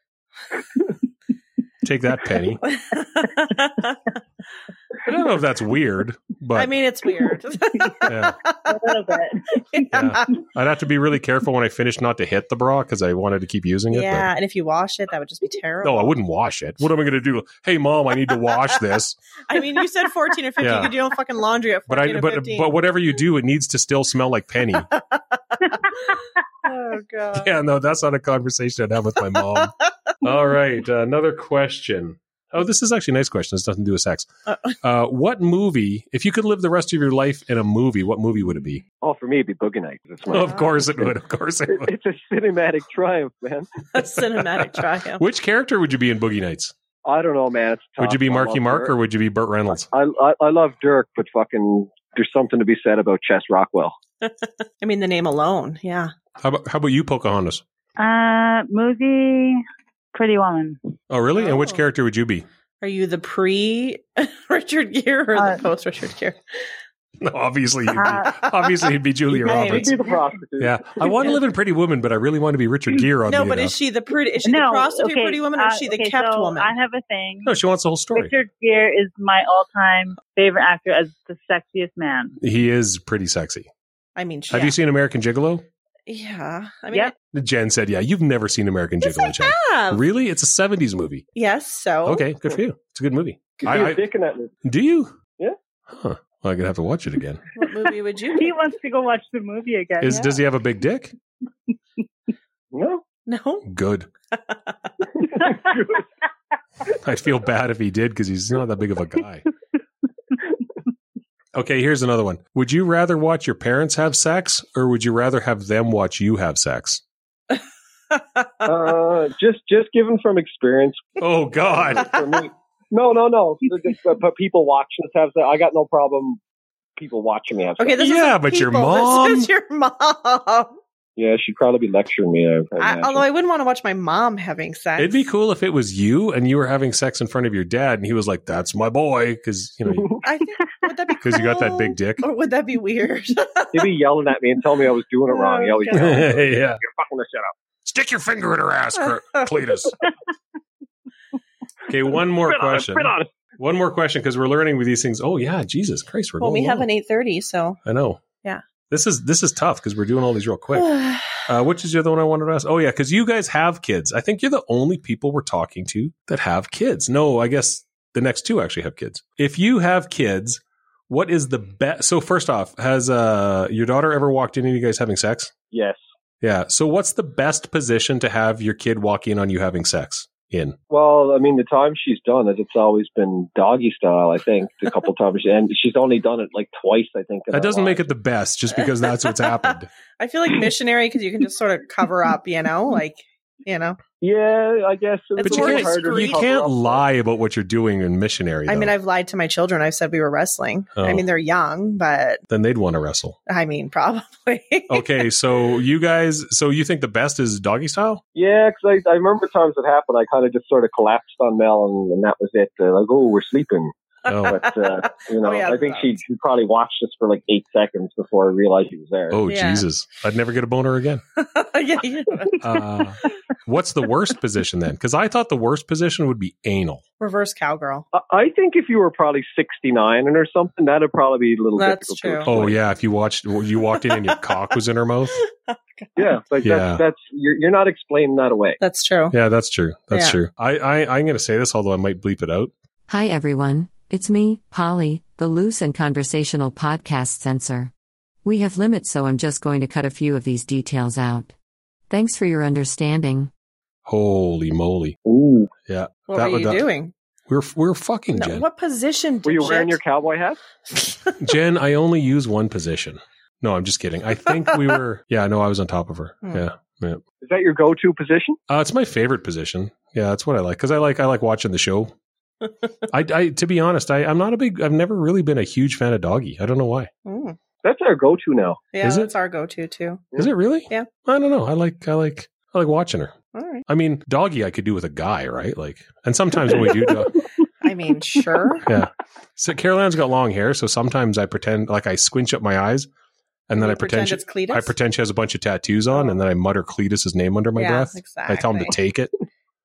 S1: take that penny i don't know if that's weird but
S3: I mean, it's weird.
S1: Yeah.
S8: A little bit.
S3: yeah.
S1: Yeah. i'd have to be really careful when i finish not to hit the bra because i wanted to keep using it but-
S3: Yeah, and if you wash it, that would just be terrible.
S1: No, I wouldn't wash it. What am I going to do? Hey, mom, I need to wash this.
S3: I mean, you said 14 or 15
S1: Yeah.
S3: because you don't fucking laundry at
S1: But
S3: 14
S1: I,
S3: or
S1: but
S3: 15.
S1: but whatever you do, it needs to still smell like penny.
S3: oh, God.
S1: yeah, no, that's not a conversation I'd have with my mom. All right, uh, another question. Oh, this is actually a nice question. This doesn't do with sex.
S3: Uh,
S1: Uh, what movie, if you could live the rest of your life in a movie, what movie would it be?
S7: Oh, for me, it'd be Boogie Nights. It's my,
S1: Of course it would. Of course it
S7: it,
S1: would.
S7: it's a cinematic triumph, man.
S3: A cinematic triumph.
S1: Which character would you be in Boogie Nights?
S7: I don't know, man. It's tough.
S1: Would you be
S7: I
S1: Marky
S7: love
S1: Mark
S7: Dirk.
S1: or would you be Burt Reynolds?
S7: I, I I love Dirk, but fucking there's something to be said about Chess Rockwell.
S3: I mean, the name alone. Yeah.
S1: How about, how about you, Pocahontas?
S8: Uh, movie Pretty Woman.
S1: Oh, really? And which
S3: Oh.
S1: character would you be?
S3: Are you the pre Richard Gere or
S8: Uh,
S3: the post Richard Gere?
S1: No, obviously, you'd be,
S8: Uh,
S1: obviously, you'd be Julia
S3: Right.
S1: Roberts.
S7: Be the prostitute.
S1: Yeah, I want to live in Pretty Woman, but I really want to be Richard Gere on
S3: Mm. No,
S1: the uh,
S3: but
S1: end
S3: is she the pretty? Is she
S8: no,
S3: the prostitute
S8: okay,
S3: pretty woman, or is
S8: uh,
S3: she the
S8: okay,
S3: kept
S8: so
S3: woman?
S8: I have a thing.
S1: No, she wants the whole story.
S8: Richard Gere is my all-time favorite actor as the sexiest man.
S1: He is pretty sexy.
S3: I mean, she,
S1: Have you seen American Gigolo?
S3: yeah. I mean,
S8: Yep.
S1: Jen said, "Yeah, you've never seen American
S3: yes,
S1: Gigolo." Jen.
S3: I have. Oh,
S1: Really? It's a '70s movie.
S3: Yes, so
S1: Okay, good for you. It's a good movie.
S7: You
S1: I-
S7: see a
S1: I-
S7: dick in that movie.
S1: Do you?
S7: Yeah.
S1: Huh. Well, I'm gonna have to watch it again.
S3: what movie would you?
S8: He wants to go watch the movie again.
S1: Is does he have a big dick?
S7: No.
S3: No,
S1: Good. I'd feel bad if he did because he's not that big of a guy. Okay, here's another one. Would you rather watch your parents have sex, or would you rather have them watch you have sex?
S7: uh, just just given from experience
S1: Oh God.
S7: for me. No, no, no. But, but people watching us have that. I got no problem. People watching me have.
S3: okay,
S7: sex.
S3: this
S1: Yeah,
S3: isn't
S1: but your
S3: people,
S1: mom-
S3: This is your mom.
S7: Yeah, she'd probably be lecturing me. I, I
S3: I,
S7: imagine.
S3: although I wouldn't want to watch my mom having sex.
S1: It'd be cool if it was you and you were having sex in front of your dad, and he was like, "That's my boy," because you know,
S3: I think would that be
S1: because you got that big dick.
S3: Or would that be weird?
S7: He'd be yelling at me and telling me I was doing it wrong. He always
S3: Oh,
S7: yelled, You're
S1: yeah,
S7: fucking this shit up.
S1: stick your finger in her ass, Cl- Cletus. okay, one more
S7: Spit on it,
S1: question.
S7: spit on it.
S1: One more question, because we're learning with these things. Oh yeah, Jesus Christ, we're
S3: well,
S1: going
S3: we have
S1: long.
S3: an eight thirty, so
S1: I know.
S3: Yeah.
S1: This is this is tough because we're doing all these real quick. Uh, which is the other one I wanted to ask? Oh yeah, because you guys have kids. I think you're the only people we're talking to that have kids. No, I guess the next two actually have kids. If you have kids, what is the best? So first off, has uh, your daughter ever walked in on you guys having sex?
S7: Yes.
S1: Yeah. So what's the best position to have your kid walk in on you having sex? in?
S7: Well, I mean, the time she's done it, it's always been doggy style. I think a couple times, and she's only done it like twice. I think in
S1: That
S7: her
S1: doesn't
S7: life.
S1: make it the best just because that's what's happened.
S3: I feel like missionary because you can just sort of cover up, you know, like you know.
S7: Yeah, I guess. It was
S1: But
S3: It's
S7: a
S1: you
S3: more
S7: little
S1: can't,
S7: harder to
S1: you
S3: discreet.
S7: cover
S1: can't
S7: up.
S1: lie about what you're doing in missionary.
S3: I mean,
S1: though.
S3: I've lied to my children. I've said we were wrestling. I
S1: Oh.
S3: mean, they're young, but
S1: then they'd want to wrestle.
S3: I mean, probably.
S1: Okay, so you guys, so you think the best is doggy style?
S7: Yeah, because I, I remember times it happened. I kind of just sort of collapsed on Mel, and, and that was it. Uh, like, oh, we're sleeping.
S1: Oh,
S7: But uh, you know,
S3: Oh, yeah,
S7: I think she,
S3: that's-
S7: she probably watched us for like eight seconds before I realized she was there.
S1: oh,
S3: Yeah.
S1: Jesus! I'd never get a boner again.
S3: yeah, you know.
S1: Uh, what's the worst position then? Because I thought the worst position would be anal.
S3: Reverse cowgirl.
S7: I, I think if you were probably sixty nine and or something, that'd probably be a little
S3: That's
S7: difficult.
S3: true.
S7: To explain.
S1: Oh yeah, if you watched, you walked in and your cock was in her mouth.
S7: yeah, like
S1: Yeah.
S7: that's that's you're, you're not explaining that away.
S3: That's true.
S1: Yeah, that's true. That's
S3: Yeah.
S1: true. I, I I'm going to say this, although I might bleep it out.
S2: Hi everyone, it's me, Polly, the loose and conversational podcast censor. We have limits, so I'm just going to cut a few of these details out. Thanks for your understanding.
S1: Holy moly!
S7: Ooh,
S1: Yeah,
S3: What
S1: That
S3: were
S1: would-
S3: you
S1: that-
S3: doing?
S1: we're we're fucking
S3: No,
S1: Jen.
S3: what position did
S7: were you wearing
S3: shit?
S7: your cowboy hat?
S1: Jen, I only use one position. No, I'm just kidding. I think we were. Yeah, no, I was on top of her.
S3: Hmm.
S1: Yeah.
S7: Is that your go to position?
S1: Uh, it's my favorite position. Yeah, that's what I like because I like I like watching the show. I, I to be honest, I, I'm not a big. I've never really been a huge fan of doggy. I don't know why.
S3: Mm.
S7: That's our go to now.
S3: Yeah,
S1: Is it?
S3: that's our go-to too.
S1: Is it really?
S3: Yeah.
S1: I don't know. I like I like I like watching her.
S3: All right.
S1: I mean, doggy I could do with a guy, right? Like, and sometimes when we do, dog-
S3: I mean, sure.
S1: so Caroline's got long hair, so sometimes I pretend like I squinch up my eyes, and then
S3: You
S1: I pretend, she,
S3: it's Cletus.
S1: I pretend she has a bunch of tattoos on, and then I mutter Cletus's name under my
S3: yeah,
S1: breath.
S3: Exactly.
S1: I tell him to take it.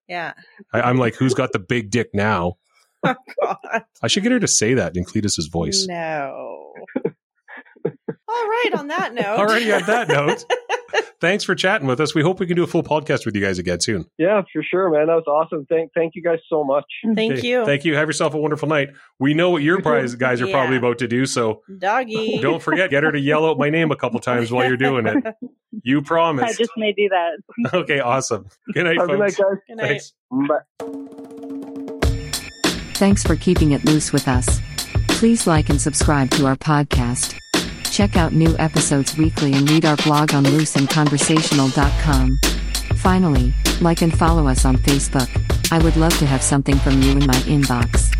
S3: Yeah.
S1: I, I'm like, who's got the big dick now?
S3: Oh, God.
S1: I should get her to say that in Cletus's voice.
S3: No. All right. On that note.
S1: Already on that note, thanks for chatting with us. We hope we can do a full podcast with you guys again soon.
S7: Yeah, for sure, man. That was awesome. Thank thank you guys so much.
S3: Thank
S1: Okay,
S3: you,
S1: Thank you. Have yourself a wonderful night. We know what your prize guys are
S3: Yeah.
S1: probably about to do, so
S3: doggy.
S1: don't forget, get her to yell out my name a couple times while you're doing it. You
S8: I
S1: promise.
S8: just may do that.
S1: Okay, awesome. Good night,
S7: Have a good night,
S1: folks.
S7: guys.
S3: Good night.
S1: Thanks.
S7: Bye.
S2: Thanks for keeping it loose with us. Please like and subscribe to our podcast. Check out new episodes weekly and read our blog on looseandconversational.com. Finally, like and follow us on Facebook. I would love to have something from you in my inbox.